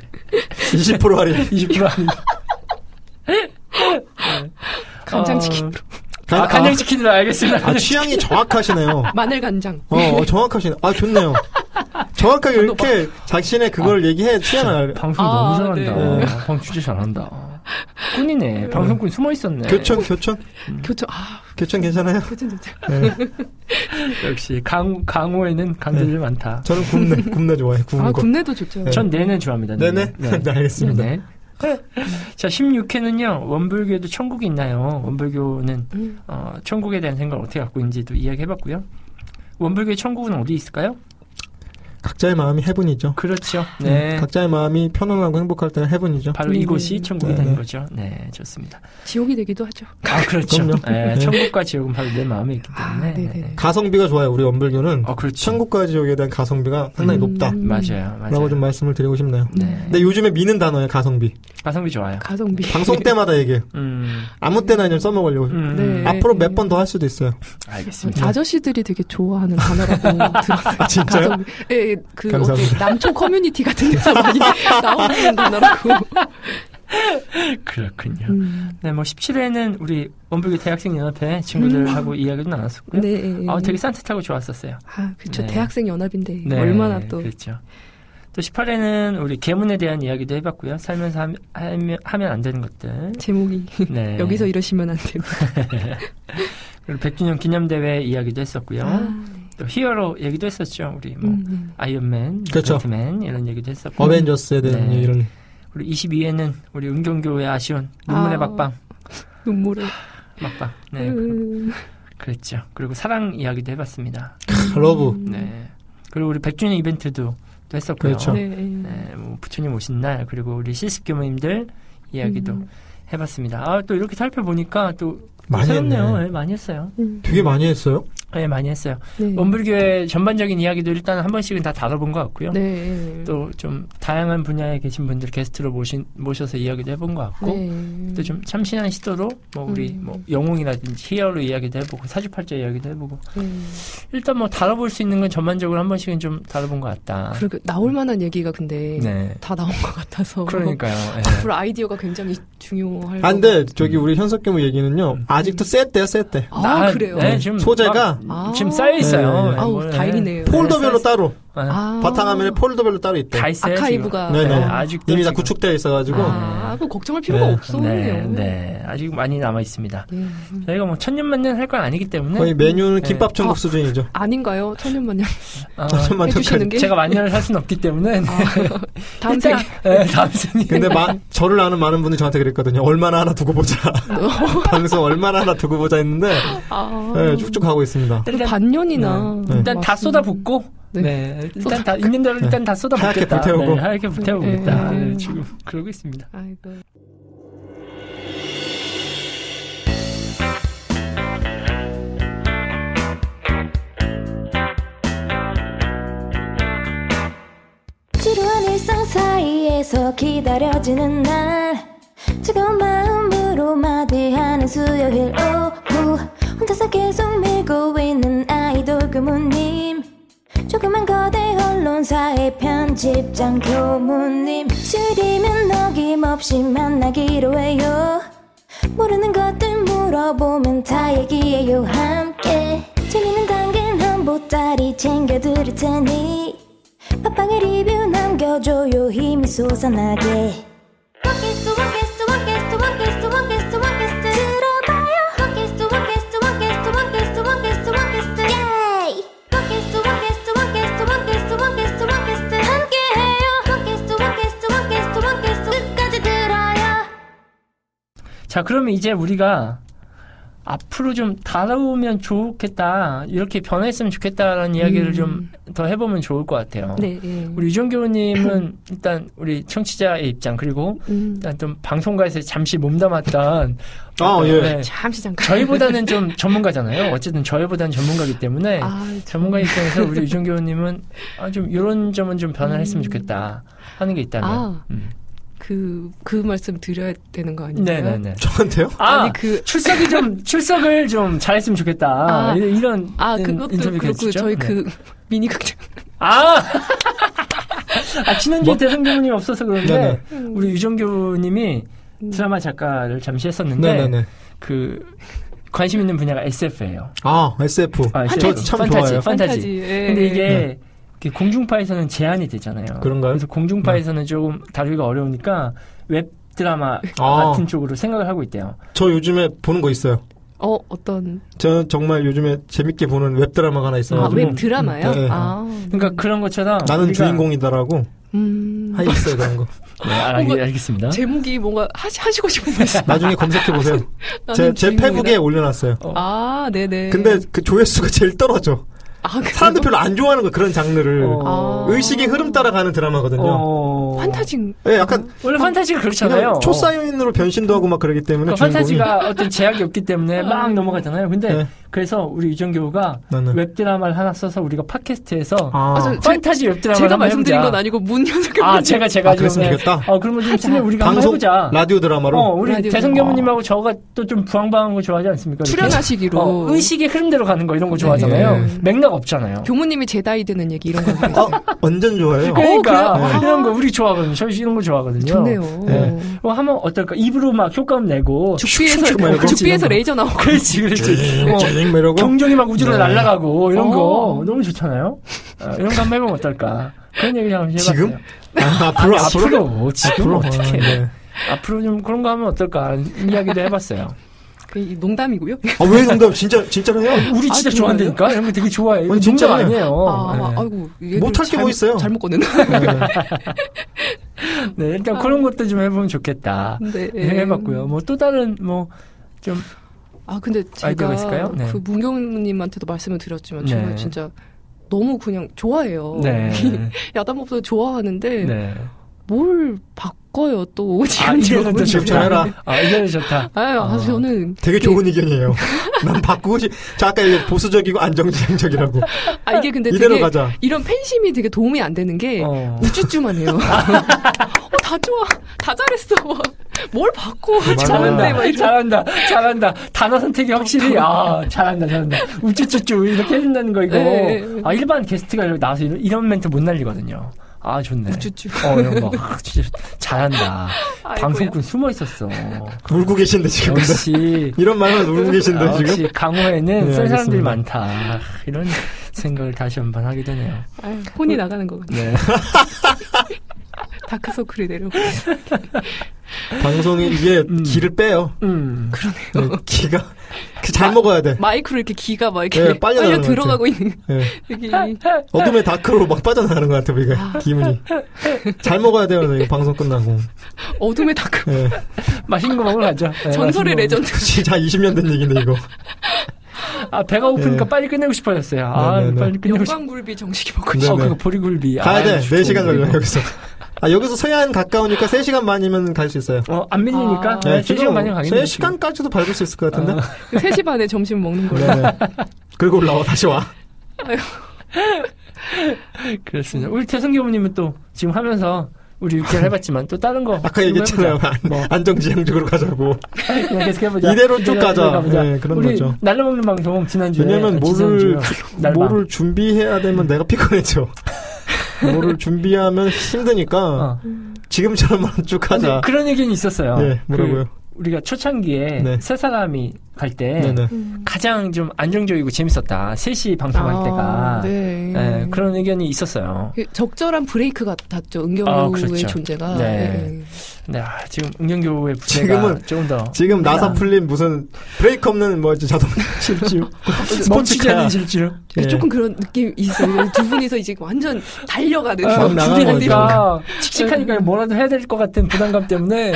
Speaker 5: 20% 할인.
Speaker 3: 20% 할인.
Speaker 4: 간장치킨.
Speaker 3: 아, 아, 간장치킨으로 알겠습니다.
Speaker 5: 아, 취향이 정확하시네요.
Speaker 4: 마늘 간장.
Speaker 5: 어, 어, 정확하시네. 아, 좋네요. 정확하게 이렇게 자신의 그걸 얘기해 취향을 알-
Speaker 3: 방송
Speaker 4: 아,
Speaker 3: 너무 잘한다. 아,
Speaker 5: 네.
Speaker 3: 방송 진짜 잘한다. 꾼이네. 방송꾼 숨어 있었네.
Speaker 5: 교촌, 교촌,
Speaker 3: 음.
Speaker 4: 교촌, 아, 그렇죠,
Speaker 5: 교촌 괜찮아요?
Speaker 4: 교촌 진짜.
Speaker 5: 네.
Speaker 3: 역시 강 강호에는 강자들 많다.
Speaker 5: 저는 굽네, 굽네 좋아해요. 굽은
Speaker 3: 음,
Speaker 4: 아,
Speaker 5: 거.
Speaker 4: 굽내도 좋죠.
Speaker 5: 네.
Speaker 3: 전 내내 좋아합니다.
Speaker 5: 네네. 네, 알겠습니다.
Speaker 3: 네네. 자, 16회는요, 원불교에도 천국이 있나요? 원불교는,
Speaker 4: 음.
Speaker 3: 어, 천국에 대한 생각을 어떻게 갖고 있는지도 이야기 해봤고요. 원불교의 천국은 어디 있을까요?
Speaker 5: 각자의 마음이 해븐이죠.
Speaker 3: 그렇죠. 네.
Speaker 5: 음, 각자의 마음이 편안하고 행복할 때는 해븐이죠.
Speaker 3: 바로
Speaker 4: 네,
Speaker 3: 이곳이
Speaker 4: 네.
Speaker 3: 천국이
Speaker 5: 네,
Speaker 3: 되는
Speaker 5: 네.
Speaker 3: 거죠. 네, 좋습니다.
Speaker 4: 지옥이 되기도 하죠.
Speaker 3: 아, 그렇죠.
Speaker 5: 그럼요.
Speaker 3: 네,
Speaker 5: 네.
Speaker 3: 천국과 지옥은 바로 내 마음에 있기
Speaker 4: 아,
Speaker 3: 때문에.
Speaker 4: 네네네.
Speaker 3: 네.
Speaker 5: 가성비가 좋아요. 우리 원불교는
Speaker 3: 아, 그렇죠.
Speaker 5: 천국과 지옥에 대한 가성비가 상당히
Speaker 4: 음.
Speaker 5: 높다라고
Speaker 3: 맞아요, 맞아요.
Speaker 5: 좀 말씀을 드리고 싶네요.
Speaker 3: 네.
Speaker 5: 근데 요즘에 미는 단어예요. 가성비.
Speaker 3: 가성비 좋아요.
Speaker 4: 가성비.
Speaker 5: 방송 때마다 얘기해.
Speaker 3: 음,
Speaker 5: 아무 때나 그냥 써먹으려고.
Speaker 3: 음,
Speaker 4: 네.
Speaker 5: 앞으로 몇 번 더 할 수도 있어요.
Speaker 3: 알겠습니다.
Speaker 4: 아저씨들이 되게 좋아하는 단어라고 들었어요.
Speaker 5: 네. 아, 진짜요?
Speaker 4: 가성비. 예, 예, 그
Speaker 5: 감사합니다.
Speaker 4: 어떤 남초 커뮤니티 같은 데서 많이 나오는 단어라고.
Speaker 3: 그렇군요.
Speaker 4: 음.
Speaker 3: 네, 뭐 17회는 우리 원불교 대학생 연합회 친구들하고 이야기도 나눴었고요.
Speaker 4: 네.
Speaker 3: 아, 되게 산뜻하고 좋았었어요.
Speaker 4: 아, 그렇죠.
Speaker 3: 네.
Speaker 4: 대학생 연합인데 얼마나 또
Speaker 3: 그렇죠. 또 18회는 우리 계문에 대한 이야기도 해봤고요. 살면서 함- 하면, 하면 안 되는 것들.
Speaker 4: 제목이
Speaker 3: 네.
Speaker 4: 여기서 이러시면 안 되고.
Speaker 3: 그리고 100주년 기념대회 이야기도 했었고요. 또 히어로 얘기도 했었죠. 우리 뭐
Speaker 4: 아, 음, 네.
Speaker 3: 아이언맨,
Speaker 5: 그렇죠.
Speaker 3: 배트맨 이런 얘기도 했었고.
Speaker 5: 어벤져스에 대한
Speaker 3: 네.
Speaker 5: 얘기를.
Speaker 3: 우리 22회는 우리 은경교의 아쉬운 눈물의
Speaker 4: 아.
Speaker 3: 막방,
Speaker 4: 눈물을.
Speaker 3: 막방. 네,
Speaker 4: 음.
Speaker 3: 그랬죠. 그리고 사랑 이야기도 해봤습니다.
Speaker 5: 러브.
Speaker 4: 음.
Speaker 3: 네. 그리고 우리 100주년 이벤트도 또 했었고요.
Speaker 5: 그렇죠.
Speaker 4: 네.
Speaker 3: 네, 뭐 부처님 오신 날 그리고 우리 실습 교모님들 이야기도
Speaker 4: 음. 해
Speaker 3: 해봤습니다. 아, 또 이렇게 살펴보니까 또
Speaker 5: 많이
Speaker 3: 새롭네요.
Speaker 5: 했네.
Speaker 3: 예, 많이 했어요.
Speaker 4: 음.
Speaker 5: 되게 많이 했어요.
Speaker 3: 예, 많이 했어요.
Speaker 4: 네.
Speaker 3: 원불교의 전반적인 이야기도 일단 한 번씩은 다 다뤄본 것 같고요.
Speaker 4: 네.
Speaker 3: 또 좀 다양한 분야에 계신 분들 게스트로 모신, 모셔서 이야기도 해본 것 같고
Speaker 4: 네.
Speaker 3: 또 좀 참신한 시도로 뭐 우리
Speaker 4: 음.
Speaker 3: 뭐 영웅이라든지 히어로 이야기도 해보고 사주팔자 이야기도 해보고
Speaker 4: 네.
Speaker 3: 일단 뭐 다뤄볼 수 있는 건 전반적으로 한 번씩은 좀 다뤄본 것 같다.
Speaker 4: 그러게 나올 만한 얘기가 근데
Speaker 3: 아. 네.
Speaker 4: 다 나온 것 같아서.
Speaker 3: 그러니까요. 예.
Speaker 4: 앞으로 아이디어가 굉장히
Speaker 3: 음.
Speaker 4: 중요할
Speaker 5: 아,
Speaker 4: 것
Speaker 5: 근데 저기 우리 현석 교무 얘기는요. 아직도 쎄대요, 쎄대.
Speaker 4: 같- 아,
Speaker 3: 나-
Speaker 4: 그래요?
Speaker 3: 네, 지금
Speaker 5: 소재가?
Speaker 3: 막
Speaker 4: 아.
Speaker 3: 지금 쌓여 있어요.
Speaker 5: 네, 네.
Speaker 4: 아우,
Speaker 3: 이거는.
Speaker 4: 다행이네요.
Speaker 3: 음.
Speaker 5: 폴더별로 따로.
Speaker 3: 아,
Speaker 4: 아.
Speaker 5: 바탕화면에 폴더별로 따로 있대.
Speaker 3: 다 있어요.
Speaker 4: 아카이브가.
Speaker 3: 지금.
Speaker 5: 네네.
Speaker 3: 네, 아직
Speaker 5: 이미 다 구축되어 있어가지고.
Speaker 4: 아, 그거 걱정할 필요가
Speaker 5: 네.
Speaker 4: 없어요.
Speaker 3: 네, 네, 아직 많이 남아 있습니다.
Speaker 4: 예.
Speaker 3: 저희가 뭐 천년만년 할 건 아니기 때문에
Speaker 5: 거의 메뉴는
Speaker 3: 네.
Speaker 5: 김밥천국 수준이죠.
Speaker 4: 아닌가요? 천년만년
Speaker 3: 어,
Speaker 4: 아.
Speaker 5: 천만
Speaker 4: 해주시는 게?
Speaker 3: 제가 만년을 할 수는 없기 때문에
Speaker 5: 아.
Speaker 3: 네.
Speaker 4: 아, 다음
Speaker 3: 일단,
Speaker 4: 생에
Speaker 3: 네, 다음 생에
Speaker 5: 근데 마- 저를 아는 많은 분들이 저한테 그랬거든요. 얼마나 하나 두고 보자.
Speaker 4: 뭐?
Speaker 5: 방송 얼마나 하나 두고 보자 했는데
Speaker 4: 아,
Speaker 5: 네, 쭉쭉 가고 있습니다.
Speaker 3: 일단,
Speaker 4: 반년이나
Speaker 5: 네. 네.
Speaker 3: 일단 다
Speaker 4: 맞습니다.
Speaker 3: 쏟아붓고 네.
Speaker 4: 네.
Speaker 3: 일단 다 있는 대로 일단 다 쏟아붓겠다.
Speaker 5: 네. 하얗게 불태우고.
Speaker 3: 네, 하얗게 불태우겠다.
Speaker 4: 네.
Speaker 3: 네, 지금 그러고 있습니다.
Speaker 4: 아이고.
Speaker 6: 지루한 일상 사이에서 기다려지는 날 지금 마음으로 맞이하는 수요일 오후 혼자서 계속 밀고 있는 아이돌 교무님 조그만 거대 언론사의 편집장 교무님 실이면 어김없이 만나기로 해요 모르는 것들 물어보면 다 얘기해요 함께 재밌는 당근 한 보따리 챙겨드릴 테니 팟빵에 리뷰 남겨줘요 힘이 솟아나게 원키스 원키스 원키스 원키스 원키스 원키스 들어봐요 원키스 원키스 원키스 원키스 원키스 원키스 예이 원키스 원키스 원키스 원키스 원키스 원키스 함께해요 원키스 원키스 원키스 원키스 끝까지 들어요
Speaker 3: 자, 그러면 이제 우리가 앞으로 좀 다루면 좋겠다. 이렇게 변했으면 좋겠다라는 이야기를 좀 더 해보면 좋을 것 같아요.
Speaker 4: 음. 네. 예.
Speaker 3: 우리 유정교우님은 일단 우리 청취자의 입장 그리고
Speaker 4: 음,
Speaker 3: 일단 좀 방송가에서 잠시 몸담았던
Speaker 5: 아, 예.
Speaker 3: 네,
Speaker 4: 잠시 잠깐.
Speaker 3: 저희보다는 좀 전문가잖아요. 어쨌든 저희보다는 전문가기 때문에
Speaker 4: 아,
Speaker 3: 전문가 입장에서 우리 유정교우님은 아, 좀 이런 점은 좀 변화를 했으면 좋겠다 하는 게 있다면
Speaker 4: 음. 아.
Speaker 3: 음.
Speaker 4: 그, 그 말씀 드려야 되는 거 아닌가요?
Speaker 3: 네네네.
Speaker 5: 저한테요?
Speaker 3: 아,
Speaker 4: 아니, 그-
Speaker 3: 출석이 좀 출석을 좀 잘했으면 좋겠다.
Speaker 4: 아.
Speaker 3: 이- 이런
Speaker 4: 아,
Speaker 3: 인-
Speaker 4: 그것도
Speaker 3: 음, 인터뷰
Speaker 4: 그렇고,
Speaker 3: 계시죠?
Speaker 4: 저희
Speaker 3: 네.
Speaker 4: 그, 미니극장.
Speaker 3: 아! 아, 지난주에 대성교우님 없어서 그런데,
Speaker 5: 뭐? 네네.
Speaker 3: 우리 유정교우님이 드라마 작가를 잠시 했었는데,
Speaker 5: 네네네.
Speaker 3: 그, 관심 있는 분야가 SF예요.
Speaker 5: 아, SF. 저 참
Speaker 3: 판타지,
Speaker 5: 좋아해요. 네.
Speaker 3: 판타지. 네.
Speaker 4: 예.
Speaker 3: 근데
Speaker 4: 예.
Speaker 3: 이게, 이렇게 공중파에서는 제한이 되잖아요.
Speaker 5: 그런가요?
Speaker 3: 래서 공중파에서는 조금 다루기가 어려우니까, 웹 드라마
Speaker 5: 아.
Speaker 3: 같은 쪽으로 생각을 하고 있대요.
Speaker 5: 저 요즘에 보는 거 있어요.
Speaker 4: 어, 어떤.
Speaker 5: 저는 정말 요즘에 재밌게 보는 웹드라마가 하나
Speaker 4: 아,
Speaker 5: 있어가지고
Speaker 4: 웹 드라마요?
Speaker 5: 네.
Speaker 4: 아.
Speaker 3: 그러니까 그런 것처럼.
Speaker 5: 나는
Speaker 3: 우리가
Speaker 5: 주인공이다라고
Speaker 4: 음.
Speaker 5: 하이스 그런 거.
Speaker 3: 네, 알,
Speaker 4: 뭔가
Speaker 3: 겠습니다
Speaker 4: 제목이 뭔가 하시, 하시고 싶은 거 있어요.
Speaker 5: 나중에 검색해 보세요. 제,
Speaker 4: 나는
Speaker 5: 제
Speaker 4: 주인공이다.
Speaker 5: 페북에 올려놨어요.
Speaker 4: 아, 네네.
Speaker 5: 근데 그 조회수가 제일 떨어져.
Speaker 4: 아, 그래요?
Speaker 5: 사람들 별로 안 좋아하는 거 그런 장르를.
Speaker 4: 아.
Speaker 5: 의식의 흐름 따라가는
Speaker 4: 어.
Speaker 5: 드라마거든요.
Speaker 4: 판타지. 음.
Speaker 5: 예, 약간
Speaker 3: 원래 어. 판타지가 그렇잖아요. 어.
Speaker 5: 그냥 초사연으로 변신도 하고 막 그러기 때문에
Speaker 3: 그러니까
Speaker 5: 주인공이
Speaker 3: 판타지가 어떤 제약이 없기 때문에 막 넘어가잖아요. 근데
Speaker 5: 네.
Speaker 3: 그래서 우리 유정교가
Speaker 5: 나는-
Speaker 3: 웹드라마를 하나 써서 우리가 팟캐스트에서
Speaker 5: 아,
Speaker 4: 아, 저-
Speaker 3: 판타지 웹드라마
Speaker 4: 제가 말씀드린 건 아니고 문현석
Speaker 3: 아, 제가 제가
Speaker 5: 아, 그랬으면
Speaker 3: 좀,
Speaker 5: 좋겠다.
Speaker 3: 어, 그러면 좀 친해 우리가 한번
Speaker 5: 방송
Speaker 3: 해보자.
Speaker 5: 라디오 드라마로
Speaker 3: 어, 우리
Speaker 4: 네. 라디오
Speaker 3: 대성교무님하고 저가 또 좀 부항방한 거 좋아하지 않습니까? 이렇게?
Speaker 4: 출연하시기로.
Speaker 3: 어, 의식의 흐름대로 가는 거 이런 거 좋아하잖아요.
Speaker 4: 네.
Speaker 3: 맥락 없잖아요.
Speaker 4: 교무님이 제다이 되는 얘기 이런 거. 모르겠어요.
Speaker 5: 어, 완전 좋아요.
Speaker 3: 그러니까
Speaker 4: 어, 그래요?
Speaker 3: 이런 거 우리 좋아하거든요. 저희 이런 거 좋아하거든요.
Speaker 4: 좋네요.
Speaker 5: 네.
Speaker 3: 어, 하면 어떨까? 입으로 막 효과음 내고.
Speaker 5: 슉슉
Speaker 4: 죽비에서,
Speaker 5: 말고.
Speaker 4: 죽비에서 레이저 나오고.
Speaker 3: 그렇지, 그렇지. 어,
Speaker 5: 쨍 매력은
Speaker 3: 경종이 막 우주로
Speaker 5: 네.
Speaker 3: 날아가고 이런 거
Speaker 4: 어.
Speaker 3: 너무 좋잖아요. 어, 이런 거 한번 해보면 어떨까? 그런 얘기 한번 해봤어요.
Speaker 5: 지금? 아, 앞으로 앞으로
Speaker 3: 앞으로 지금
Speaker 5: 앞으로
Speaker 3: 어떻게?
Speaker 5: 아, 네.
Speaker 3: 앞으로 좀 그런 거 하면 어떨까? 하는 이야기도 해봤어요.
Speaker 4: 그 농담이고요.
Speaker 5: 아왜 농담 진짜 진짜로 해요?
Speaker 3: 우리 진짜
Speaker 4: 아,
Speaker 3: 좋아한다니까? 이런 거 되게 좋아해. 이거
Speaker 5: 아니,
Speaker 3: 농담
Speaker 5: 진짜요?
Speaker 3: 아니에요.
Speaker 4: 아,
Speaker 3: 네.
Speaker 4: 아이고. 얘들
Speaker 5: 어, 못할 게
Speaker 4: 잘못-
Speaker 5: 뭐 있어요?
Speaker 4: 잘못 꺼냈나?
Speaker 3: 네, 일단 그런 것도 좀 해보면 좋겠다.
Speaker 4: 네.
Speaker 3: 네, 해봤고요. 뭐 또 다른 뭐좀
Speaker 4: 아 근데
Speaker 3: 아이디어가
Speaker 4: 제가
Speaker 3: 있을까요? 네.
Speaker 4: 그 문경님한테도 말씀을 드렸지만
Speaker 3: 네.
Speaker 4: 정말 진짜 너무 그냥 좋아해요.
Speaker 3: 네.
Speaker 4: 야단법도 좋아하는데
Speaker 3: 네.
Speaker 4: 뭘 바꿔요 또 지금
Speaker 3: 아, 이제는
Speaker 4: 여러분.
Speaker 3: 또
Speaker 5: 지금
Speaker 3: 좋다.
Speaker 5: 잘해라.
Speaker 3: 아, 이제는 좋다.
Speaker 4: 아유, 아,
Speaker 3: 아.
Speaker 4: 저는
Speaker 5: 되게
Speaker 4: 이게-
Speaker 5: 좋은 의견이에요. 난 바꾸고 싶. 자 아까 이거 보수적이고 안정적이라고
Speaker 4: 아 이게 근데
Speaker 5: 이대로
Speaker 4: 되게
Speaker 5: 가자.
Speaker 4: 이런 팬심이 되게 도움이 안 되는 게
Speaker 3: 어.
Speaker 4: 우쭈쭈만 해요. 어, 다 좋아, 다 잘했어. 뭐, 뭘 바꿔 잘하는데 막
Speaker 3: 잘한다,
Speaker 4: 뭐 이런.
Speaker 3: 잘한다, 잘한다. 단어 선택이 확실히, 아, 잘한다, 잘한다. 우쭈쭈쭈 이렇게 해준다는 거, 이거.
Speaker 4: 네, 네.
Speaker 3: 아, 일반 게스트가 이렇게 나와서 이런, 이런 멘트 못 날리거든요. 아, 좋네.
Speaker 4: 우쭈쭈.
Speaker 3: 어, 이런 거. 아, 진짜 좋- 잘한다.
Speaker 4: 아이고야. 그
Speaker 3: 방송꾼 숨어 있었어.
Speaker 5: 울고 계신데 지금 근데.
Speaker 3: 역시.
Speaker 5: 이런 말만 울고 계신데
Speaker 3: 아,
Speaker 5: 지금.
Speaker 3: 역시 강호에는
Speaker 5: 네,
Speaker 3: 센 사람들이
Speaker 5: 알겠습니다.
Speaker 3: 많다. 아, 이런 생각을 다시 한번 하게 되네요.
Speaker 4: 아유, 혼이 나가는 거 같아.
Speaker 3: 네.
Speaker 4: 다크서클이 내려.
Speaker 5: 방송에 이게 기를 빼요.
Speaker 3: 음.
Speaker 5: 네, 기가 그잘 먹어야 돼.
Speaker 4: 마이크로 이렇게 기가 막 이렇게
Speaker 5: 네, 빨려
Speaker 4: 빨려
Speaker 5: 나가는 것
Speaker 4: 들어가고 있는
Speaker 5: 예.
Speaker 4: 이게
Speaker 5: 어둠의 다크로 막 빠져나가는 것 같아 우리가 기분이. 잘 먹어야 돼요. 이거 방송 끝나고.
Speaker 4: 어둠의 다크
Speaker 5: 예.
Speaker 3: 맛있는 거 먹으러 가죠. 네,
Speaker 4: 전설의
Speaker 3: 맛있는 거
Speaker 4: 레전드.
Speaker 5: 진짜 20년 된 얘기인데 이거.
Speaker 3: 아 배가 고프니까
Speaker 5: 네.
Speaker 3: 빨리 끝내고 싶어졌어요. 아
Speaker 5: 네, 네, 네.
Speaker 3: 빨리 끝내고 싶어.
Speaker 4: 영광굴비 정식이 먹고
Speaker 5: 네,
Speaker 3: 어
Speaker 5: 네.
Speaker 3: 그거 보리굴비.
Speaker 5: 가야
Speaker 3: 아유,
Speaker 5: 돼.
Speaker 3: 죽고
Speaker 5: 4시간 걸려
Speaker 3: 이거.
Speaker 5: 여기서. 아 여기서 서해안 가까우니까 3시간 만이면 갈 수 있어요. 예,
Speaker 3: 어안 밀리니까
Speaker 4: 아.
Speaker 3: 네, 세 시간 아. 만에 가겠네. 지금.
Speaker 5: 3시간까지도 밟을 수 있을 것 같은데.
Speaker 4: 그 3시 반에 점심 먹는 거예요.
Speaker 5: 네네. 그리고 올라와 다시 와.
Speaker 3: 그렇습니다. 우리 태성 교부님은 또 지금 하면서 우리 이렇게 해봤지만 또 다른 거
Speaker 5: 아. 아까
Speaker 3: 좀
Speaker 5: 얘기했잖아요.
Speaker 3: 해보자. 뭐
Speaker 5: 안정지향적으로 가자고.
Speaker 3: 그냥 계속 해보자.
Speaker 5: 이대로 쭉
Speaker 3: 이대로
Speaker 5: 가자.
Speaker 3: 가보자.
Speaker 5: 네, 그런
Speaker 3: 우리
Speaker 5: 거죠.
Speaker 3: 날로 먹는 방송 지난주에
Speaker 5: 왜냐면 뭐를
Speaker 3: 지난주에요. 날방.
Speaker 5: 뭐를 준비해야 되면 내가 피곤해져. 뭐를 준비하면 힘드니까
Speaker 3: 어. 아,
Speaker 5: 지금처럼만 쭉
Speaker 3: 근데
Speaker 5: 하자.
Speaker 3: 그런 의견이 있었어요.
Speaker 5: 아. 네, 뭐라고요?
Speaker 3: 그 우리가 초창기에
Speaker 5: 네.
Speaker 3: 세 사람이 갈 때
Speaker 5: 네네.
Speaker 3: 가장 좀 안정적이고 재밌었다. 셋이 방송할 때가
Speaker 4: 아, 네.
Speaker 3: 네, 그런 의견이 있었어요.
Speaker 4: 그 적절한 브레이크 같았죠. 은경우의
Speaker 3: 아, 그렇죠.
Speaker 4: 존재가.
Speaker 3: 네.
Speaker 4: 네.
Speaker 3: 네, 아, 지금 응경교의 부채가
Speaker 5: 지금은-
Speaker 3: 조금 더
Speaker 5: 지금 나사 풀린 무슨 브레이크 없는 뭐지 자동 실주
Speaker 3: 멈추지
Speaker 5: 스포츠카
Speaker 3: 않는 질주로
Speaker 5: 예.
Speaker 4: 조금 그런 느낌이 있어요. 두 분이서 이제 완전 달려가는.
Speaker 5: 아, 막 나가는
Speaker 3: 부대하니까 칙칙하니까 뭐라도 해야 될 것 같은 부담감 때문에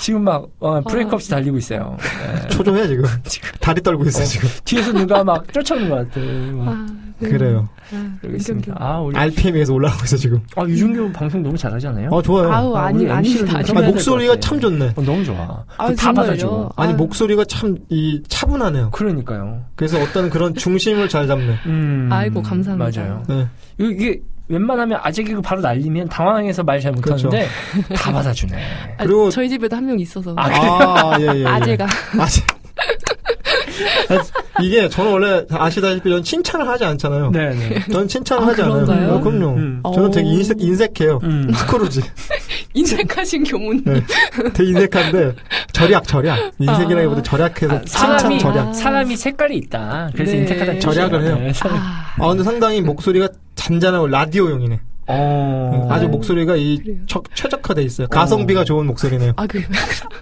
Speaker 3: 지금 막 어, 브레이크 없이 달리고 있어요. 네.
Speaker 5: 초조해 지금. 다리 떨고 있어 지금.
Speaker 3: 뒤에서 누가 막 쫓아오는 것 같아. 막
Speaker 4: 아, 네.
Speaker 5: 그래요.
Speaker 4: 아,
Speaker 3: 그러겠습니다.
Speaker 4: 은경규.
Speaker 3: 아 우리
Speaker 5: RPM에서 올라가고 있어 지금.
Speaker 3: 아 유준규 방송 너무 잘하잖아요.
Speaker 5: 아 좋아요. 아,
Speaker 4: 어, 아우,
Speaker 3: 우리
Speaker 4: 아니,
Speaker 3: MC 를
Speaker 4: 아닙니다.
Speaker 3: 좀
Speaker 4: 아닙니다.
Speaker 3: 해야 될것
Speaker 5: 목소리가
Speaker 3: 같아.
Speaker 5: 참 좋네.
Speaker 3: 어, 너무 좋아.
Speaker 4: 아유,
Speaker 3: 그다
Speaker 4: 정말요?
Speaker 3: 받아주고.
Speaker 5: 아니
Speaker 4: 아유.
Speaker 5: 목소리가 참 이 차분하네요.
Speaker 3: 그러니까요.
Speaker 5: 그래서 어떤 그런 중심을 잘 잡네.
Speaker 3: 음,
Speaker 4: 아이고, 감사합니다.
Speaker 3: 맞아요.
Speaker 5: 네.
Speaker 3: 이거 이게 웬만하면 아재 개그 바로 날리면 당황해서 말 잘 못하는데
Speaker 5: 그렇죠.
Speaker 3: 다 받아주네.
Speaker 4: 아,
Speaker 5: 그리고-
Speaker 4: 저희 집에도 한 명 있어서.
Speaker 3: 아,
Speaker 5: 아, 예, 예, 예.
Speaker 4: 아재가.
Speaker 5: 아재. 아, 이게 저는 원래 아시다시피 저는 칭찬을 하지 않잖아요.
Speaker 3: 네네.
Speaker 5: 저는 칭찬을
Speaker 4: 아,
Speaker 5: 하지
Speaker 4: 그런가요?
Speaker 5: 않아요. 어, 그럼요.
Speaker 3: 음.
Speaker 5: 저는
Speaker 4: 어.
Speaker 5: 되게 인색, 인색해요.
Speaker 3: 음.
Speaker 5: 스크루지.
Speaker 4: 인색하신 교문.
Speaker 5: 네. 되게 인색한데 절약, 절약. 인색이라기보다 절약해서
Speaker 3: 아,
Speaker 5: 뭐, 칭찬
Speaker 3: 사람이
Speaker 5: 절약.
Speaker 4: 아.
Speaker 3: 사람이 색깔이 있다. 그래서
Speaker 4: 네.
Speaker 3: 인색하다
Speaker 5: 절약을 해요.
Speaker 4: 아,
Speaker 5: 아, 근데 상당히 목소리가 잔잔하고 라디오용이네. 음,
Speaker 3: 어.
Speaker 5: 아주 목소리가 이
Speaker 4: 그래요? 그,
Speaker 5: 척- 최적화돼 있어요. 가성비가 좋은 목소리네요.
Speaker 4: 아, 그,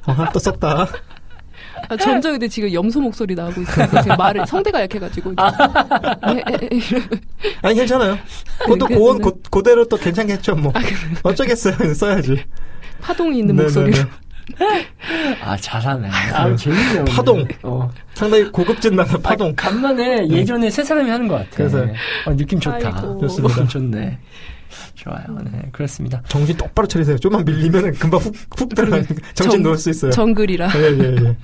Speaker 5: 아, 또 썼다.
Speaker 4: 아, 점점 근데 지금 염소 목소리 나오고 있어요. 제가 말을 성대가 약해가지고.
Speaker 3: 아.
Speaker 4: 예, 예, 예, 이러면.
Speaker 5: 아니 괜찮아요. 그것도
Speaker 4: 네,
Speaker 5: 고원
Speaker 4: 네.
Speaker 5: 고, 그대로 또 괜찮겠죠 뭐. 어쩌겠어요 써야지.
Speaker 4: 파동이 있는
Speaker 5: 네,
Speaker 4: 목소리로.
Speaker 5: 네, 네.
Speaker 3: 아, 잘하네. 아, 재밌네요. 오늘.
Speaker 5: 파동.
Speaker 3: 어.
Speaker 5: 상당히 고급진 나라
Speaker 3: 파동.
Speaker 5: 파동. 네.
Speaker 3: 간만에 예전에 세 사람이 하는 것 같아.
Speaker 5: 그래서.
Speaker 3: 어, 느낌 좋다.
Speaker 4: 아이고.
Speaker 5: 좋습니다.
Speaker 3: 느낌 좋네. 좋아요. 네, 그렇습니다.
Speaker 5: 정신 똑바로 차리세요. 좀만 밀리면은 금방 훅훅 들어가니까 정신
Speaker 4: 정-
Speaker 5: 놓을 수 있어요.
Speaker 4: 정글이라.
Speaker 5: 예예예.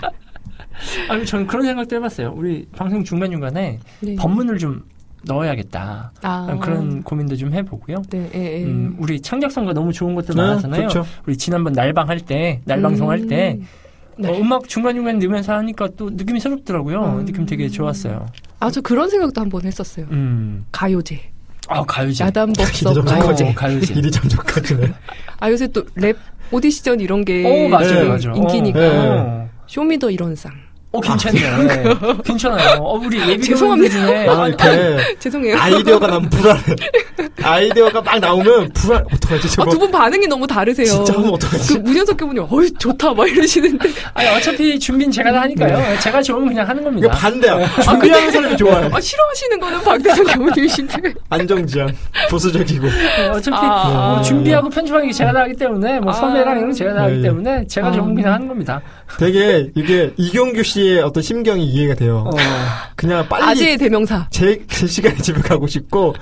Speaker 3: 아니, 저는 그런 생각도 해봤어요. 우리 방송 중간중간에
Speaker 4: 네.
Speaker 3: 법문을 좀 넣어야겠다.
Speaker 4: 아.
Speaker 3: 그런 고민도 좀 해보고요.
Speaker 4: 네, 예, 예.
Speaker 3: 음, 우리 창작성과 너무 좋은 것들 많았잖아요.
Speaker 5: 좋죠.
Speaker 3: 우리 지난번 날방 할 때, 날방송 할 때,
Speaker 4: 네.
Speaker 3: 어, 음악 중간중간 넣으면서 하니까 또 느낌이 새롭더라고요.
Speaker 4: 음.
Speaker 3: 느낌 되게 좋았어요.
Speaker 4: 아, 저 그런 생각도 한 번 했었어요.
Speaker 3: 음.
Speaker 4: 가요제.
Speaker 3: 아, 가요제.
Speaker 5: 이리
Speaker 4: 야단법석
Speaker 5: 좀
Speaker 4: 가요제.
Speaker 3: 어, 가요제.
Speaker 5: 일이 점점 커지네.
Speaker 4: 아, 요새 또 랩 오디션 이런 게
Speaker 3: 오, 어,
Speaker 4: 네,
Speaker 3: 맞아요,
Speaker 5: 예.
Speaker 3: 맞아요.
Speaker 4: 인기니까. 네.
Speaker 3: 어,
Speaker 4: 쇼미더 이런상.
Speaker 3: 어, 괜찮네요. 네. 괜찮아요. 어, 우리 예비
Speaker 4: 아, 죄송합니다. 네.
Speaker 3: 중에
Speaker 5: 아 이렇게
Speaker 4: 죄송해요.
Speaker 5: 아이디어가 난 불안해. 아이디어가 막 나오면 불안. 어떡하지
Speaker 3: 아,
Speaker 5: 저거.
Speaker 4: 아,
Speaker 5: 뭐
Speaker 4: 두 분 반응이 너무 다르세요.
Speaker 5: 진짜 하면 어떡하지? 네.
Speaker 4: 그 문현석 교수님, 어이, 좋다, 막 이러시는데.
Speaker 3: 아니, 어차피 준비는 제가 다
Speaker 4: 네.
Speaker 3: 하니까요. 제가 좋으면 그냥 하는
Speaker 5: 이거
Speaker 3: 겁니다.
Speaker 5: 반대야. 준비하는 사람이 좋아요.
Speaker 4: 아, 싫어하시는 거는 박대성 교수님이신데.
Speaker 5: 안정지향, 보수적이고.
Speaker 3: 네, 어차피
Speaker 4: 아.
Speaker 3: 뭐 준비하고 편집하는 게 제가 다 하기 때문에 뭐
Speaker 4: 아.
Speaker 3: 섭외랑 이런 거 제가 다
Speaker 5: 예, 예.
Speaker 3: 하기 때문에 제가
Speaker 4: 아.
Speaker 3: 좋으면 그냥 하는 겁니다.
Speaker 5: 되게 이게 이경규 씨의 어떤 심경이 이해가 돼요.
Speaker 3: 어,
Speaker 5: 그냥 빨리
Speaker 4: 아재의 대명사.
Speaker 5: 제, 제 시간에 집에 가고 싶고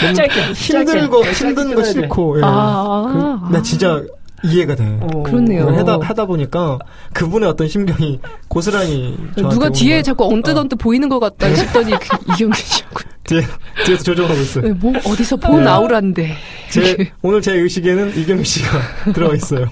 Speaker 5: 너무
Speaker 3: 짧게,
Speaker 5: 힘들고
Speaker 3: 짧게,
Speaker 5: 힘든
Speaker 3: 짧게 끊어야
Speaker 5: 거
Speaker 3: 돼.
Speaker 5: 싫고. 예.
Speaker 4: 아.
Speaker 5: 그, 나 진짜 이해가 돼.
Speaker 3: 어.
Speaker 4: 그렇네요.
Speaker 5: 이걸 하다, 하다 보니까 그분의 어떤 심경이 고스란히 저한테
Speaker 4: 어, 누가
Speaker 5: 오는
Speaker 4: 뒤에
Speaker 5: 거야.
Speaker 4: 자꾸 언뜻언뜻
Speaker 3: 어.
Speaker 4: 보이는 것
Speaker 3: 네.
Speaker 4: 같다 싶더니 그 이경규 씨하고
Speaker 5: 뒤에, 뒤에서 조정하고 있어요.
Speaker 4: 네, 뭐 어디서 본
Speaker 5: 네.
Speaker 4: 아우란데
Speaker 5: 제,
Speaker 4: 네.
Speaker 5: 오늘 제 의식에는 이경규 씨가 들어가 있어요.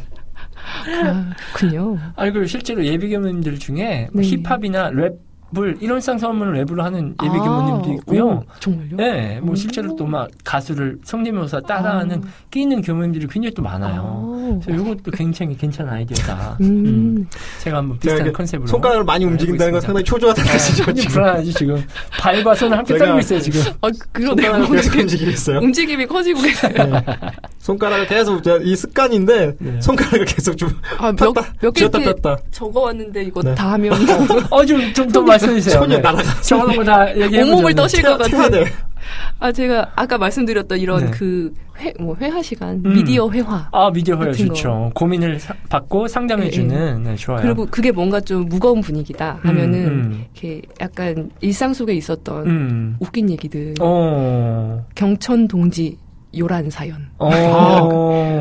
Speaker 4: 아, 그렇군요.
Speaker 3: 아니 그리고 실제로 예비 교모님들 중에 뭐
Speaker 4: 네.
Speaker 3: 힙합이나 랩을 일원상 서문을 랩으로 하는 예비 교모님도
Speaker 4: 아,
Speaker 3: 있고요.
Speaker 4: 오, 정말요?
Speaker 3: 네, 뭐
Speaker 4: 오.
Speaker 3: 실제로 또 막 가수를 성대모사 따라하는
Speaker 4: 아.
Speaker 3: 끼있는 교모님들이 굉장히 또 많아요.
Speaker 4: 아.
Speaker 3: 그래서 이것도 굉장히 괜찮은 아이디어다. 음.
Speaker 4: 음.
Speaker 3: 제가 한번 비슷한
Speaker 5: 제가
Speaker 3: 컨셉으로
Speaker 5: 손가락을 많이
Speaker 4: 네,
Speaker 3: 알고
Speaker 5: 움직인다는 건
Speaker 3: 있습니다.
Speaker 5: 상당히 초조하다는 뜻이죠.
Speaker 3: 손이
Speaker 5: 지금.
Speaker 3: 불안하지 지금 발과 손을 함께
Speaker 5: 제가-
Speaker 3: 떨고 있어요 지금.
Speaker 4: 아, 그러네요.
Speaker 5: 손가락을 계속
Speaker 4: 움직임-
Speaker 5: 움직이고 있어요.
Speaker 4: 움직임이 커지고 계세요.
Speaker 5: 네. 손가락을 계속 제가 이 습관인데
Speaker 3: 네.
Speaker 5: 손가락을 계속 좀
Speaker 4: 아, 몇,
Speaker 5: 폈다
Speaker 4: 몇 개,
Speaker 5: 쥐었다
Speaker 4: 이렇게
Speaker 5: 폈다
Speaker 4: 적어왔는데 이거
Speaker 5: 네.
Speaker 4: 다 하면
Speaker 3: 어좀좀더 말씀해 주세요.
Speaker 5: 손이
Speaker 3: 네.
Speaker 5: 날아가
Speaker 3: 저는 뭐다 얘기해
Speaker 4: 온몸을 떠실 것
Speaker 5: 태야
Speaker 4: 같은.
Speaker 5: 돼
Speaker 4: 아, 제가 아까 말씀드렸던 이런
Speaker 3: 네.
Speaker 4: 그 회, 뭐 회화 시간,
Speaker 3: 음.
Speaker 4: 미디어 회화.
Speaker 3: 아 미디어 회화
Speaker 4: 같은 거. 예,
Speaker 3: 좋죠. 고민을 사- 받고 상담해 주는 네, 좋아요.
Speaker 4: 그리고 그게 뭔가 좀 무거운 분위기다 하면은
Speaker 3: 음,
Speaker 4: 이렇게 약간 일상 속에 있었던
Speaker 3: 음.
Speaker 4: 웃긴 얘기들.
Speaker 3: 어.
Speaker 4: 경천 동지 요란 사연.
Speaker 3: 어.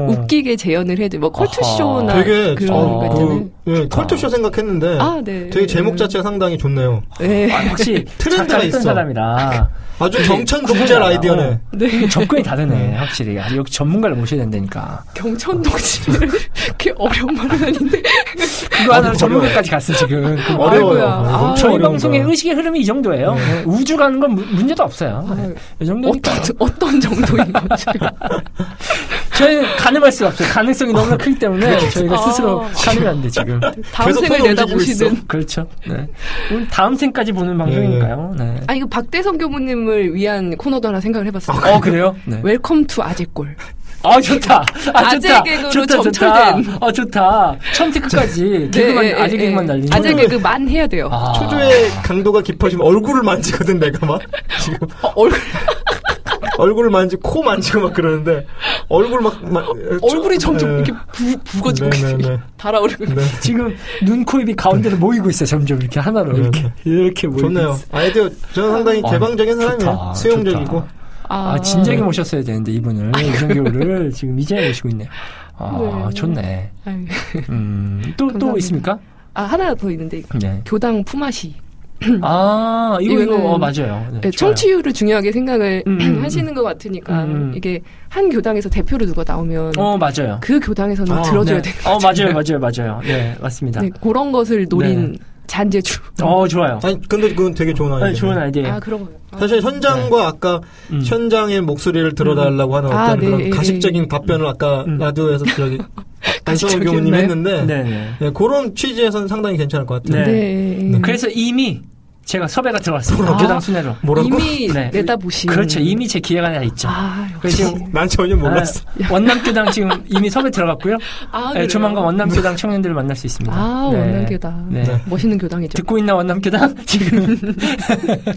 Speaker 4: 웃기게 재현을 해도 뭐 컬투쇼나
Speaker 3: 아하.
Speaker 5: 어. 되게
Speaker 4: 그런
Speaker 3: 어,
Speaker 4: 거 있잖아요.
Speaker 5: 그, 예, 컬투쇼 생각했는데
Speaker 4: 아, 네.
Speaker 5: 되게 제목 자체가 상당히 좋네요.
Speaker 4: 네.
Speaker 3: 아, 역시
Speaker 5: 트렌드가
Speaker 3: 작가 했던
Speaker 5: 있어.
Speaker 3: 사람이라
Speaker 5: 아주
Speaker 3: 그게
Speaker 5: 경천
Speaker 3: 그거야.
Speaker 5: 동절 아이디어네.
Speaker 3: 어.
Speaker 4: 네.
Speaker 3: 접근이 다르네 확실히. 아, 여기 전문가를 모셔야 된다니까.
Speaker 4: 경천 동지를 그렇게 어려운 말은 아닌데.
Speaker 3: 그거 하나
Speaker 5: 어려워요.
Speaker 3: 전문가까지 갔어 지금. 그럼
Speaker 4: 어려워요.
Speaker 3: 어려워요.
Speaker 4: 아,
Speaker 5: 엄청
Speaker 3: 저희
Speaker 5: 어려운
Speaker 3: 방송의
Speaker 5: 거야.
Speaker 3: 의식의 흐름이 이 정도예요. 네, 우주 가는 건 무- 문제도 없어요.
Speaker 4: 아,
Speaker 3: 네. 이 정도니까.
Speaker 4: 어떤, 어떤 정도인 건지.
Speaker 3: 저희는 가늠할 수가 없어요. 가능성이 너무나 크기 때문에 저희가
Speaker 4: 아.
Speaker 3: 스스로 가늠이 안 돼, 지금.
Speaker 4: 다음
Speaker 5: 계속
Speaker 4: 생을
Speaker 5: 손을 움직이고
Speaker 4: 내다보시는.
Speaker 3: 그렇죠. 네. 오늘 다음 생까지 보는 방송이니까요. 네.
Speaker 4: 아, 이거 박대성 교무님을 위한 코너도 하나 생각을 해봤어요.
Speaker 5: 아,
Speaker 3: 어, 그래요? 네.
Speaker 4: 웰컴 투 아재골.
Speaker 3: 아, 좋다. 아,
Speaker 4: 아재
Speaker 3: 좋다.
Speaker 4: 개그로
Speaker 3: 좋다,
Speaker 4: 점철된.
Speaker 3: 좋다. 어, 좋다. 처음부터 끝까지 개그만,
Speaker 4: 네, 예,
Speaker 3: 아재
Speaker 4: 예,
Speaker 3: 개그만
Speaker 4: 예.
Speaker 3: 날리는.
Speaker 4: 아재 개그 만 해야 돼요.
Speaker 3: 아.
Speaker 5: 초조의 강도가 깊어지면 얼굴을 만지거든 내가 막 지금
Speaker 4: 어, 얼굴,
Speaker 5: 얼굴을 만지 코 만지고 막 그러는데 얼굴 막, 막
Speaker 4: 얼굴이 점점
Speaker 5: 네.
Speaker 4: 이렇게 부, 부거지고
Speaker 5: 네, 네, 네.
Speaker 4: 달아오르고.
Speaker 5: 네.
Speaker 3: 지금 눈, 코, 입이 가운데로 모이고 있어요. 점점 이렇게 하나로.
Speaker 5: 네,
Speaker 3: 이렇게.
Speaker 5: 네.
Speaker 3: 이렇게 모이고
Speaker 5: 좋네요.
Speaker 3: 있어요.
Speaker 5: 아이디어 저는 상당히
Speaker 3: 아,
Speaker 5: 개방적인
Speaker 3: 좋다,
Speaker 5: 사람이에요. 수용적이고
Speaker 3: 좋다. 아, 진작에 모셨어야 되는데, 이분을. 이정교를 지금 이제 모시고 있네요. 아,
Speaker 4: 아. 네.
Speaker 3: 좋네.
Speaker 4: 아유.
Speaker 3: 음, 또, 또
Speaker 4: 감사합니다.
Speaker 3: 있습니까?
Speaker 4: 아, 하나 더 있는데.
Speaker 3: 네.
Speaker 4: 교당 품앗이.
Speaker 3: 아, 이거, 이거,
Speaker 4: 이거는-
Speaker 3: 어, 맞아요. 네,
Speaker 4: 네,
Speaker 3: 좋아요.
Speaker 4: 청취율을 중요하게 생각을
Speaker 3: 음, 음,
Speaker 4: 하시는 것 같으니까
Speaker 3: 음, 음.
Speaker 4: 이게 한 교당에서 대표로 누가 나오면
Speaker 3: 어, 맞아요.
Speaker 4: 그 교당에서는
Speaker 5: 아,
Speaker 3: 네.
Speaker 4: 들어줘야 되는
Speaker 3: 어, 맞아요, 맞아요, 맞아요. 네, 맞습니다.
Speaker 4: 네, 그런 것을 노린 잔재주.
Speaker 3: 어, 좋아요.
Speaker 5: 아니 근데 그건 되게 좋은 아이디어.
Speaker 3: 네, 좋은 아이디어.
Speaker 4: 아, 그런 거요. 아,
Speaker 5: 사실 현장과 아까
Speaker 3: 음.
Speaker 5: 현장의 목소리를 들어달라고 하는 어떤
Speaker 4: 아, 네,
Speaker 5: 그런
Speaker 4: 예,
Speaker 5: 가식적인 답변을 아까
Speaker 3: 음.
Speaker 5: 라디오에서 저기 안성훈
Speaker 4: 가식적이었나요?
Speaker 5: 교우님 했는데
Speaker 3: 네, 네.
Speaker 5: 예, 그런 취지에서는 상당히 괜찮을 것 같아요.
Speaker 3: 네.
Speaker 4: 네.
Speaker 3: 그래서 이미 제가 섭외가 들어왔습니다.
Speaker 4: 아.
Speaker 3: 민주당 순회로.
Speaker 5: 뭐라고?
Speaker 4: 이미
Speaker 3: 네.
Speaker 4: 내다보신.
Speaker 3: 그렇죠. 이미 제 기획 안에 있죠.
Speaker 4: 아,
Speaker 3: 그래서 지금
Speaker 5: 네. 난 전혀 몰랐어.
Speaker 3: 아, 원남교당 지금 이미 섭외 들어갔고요.
Speaker 4: 아,
Speaker 3: 네,
Speaker 4: 그래요?
Speaker 3: 조만간 원남교당 청년들을 만날 수 있습니다.
Speaker 4: 아,
Speaker 3: 네.
Speaker 4: 원남교당.
Speaker 3: 네.
Speaker 5: 네.
Speaker 4: 멋있는 교당이죠.
Speaker 3: 듣고 있나 원남교당 지금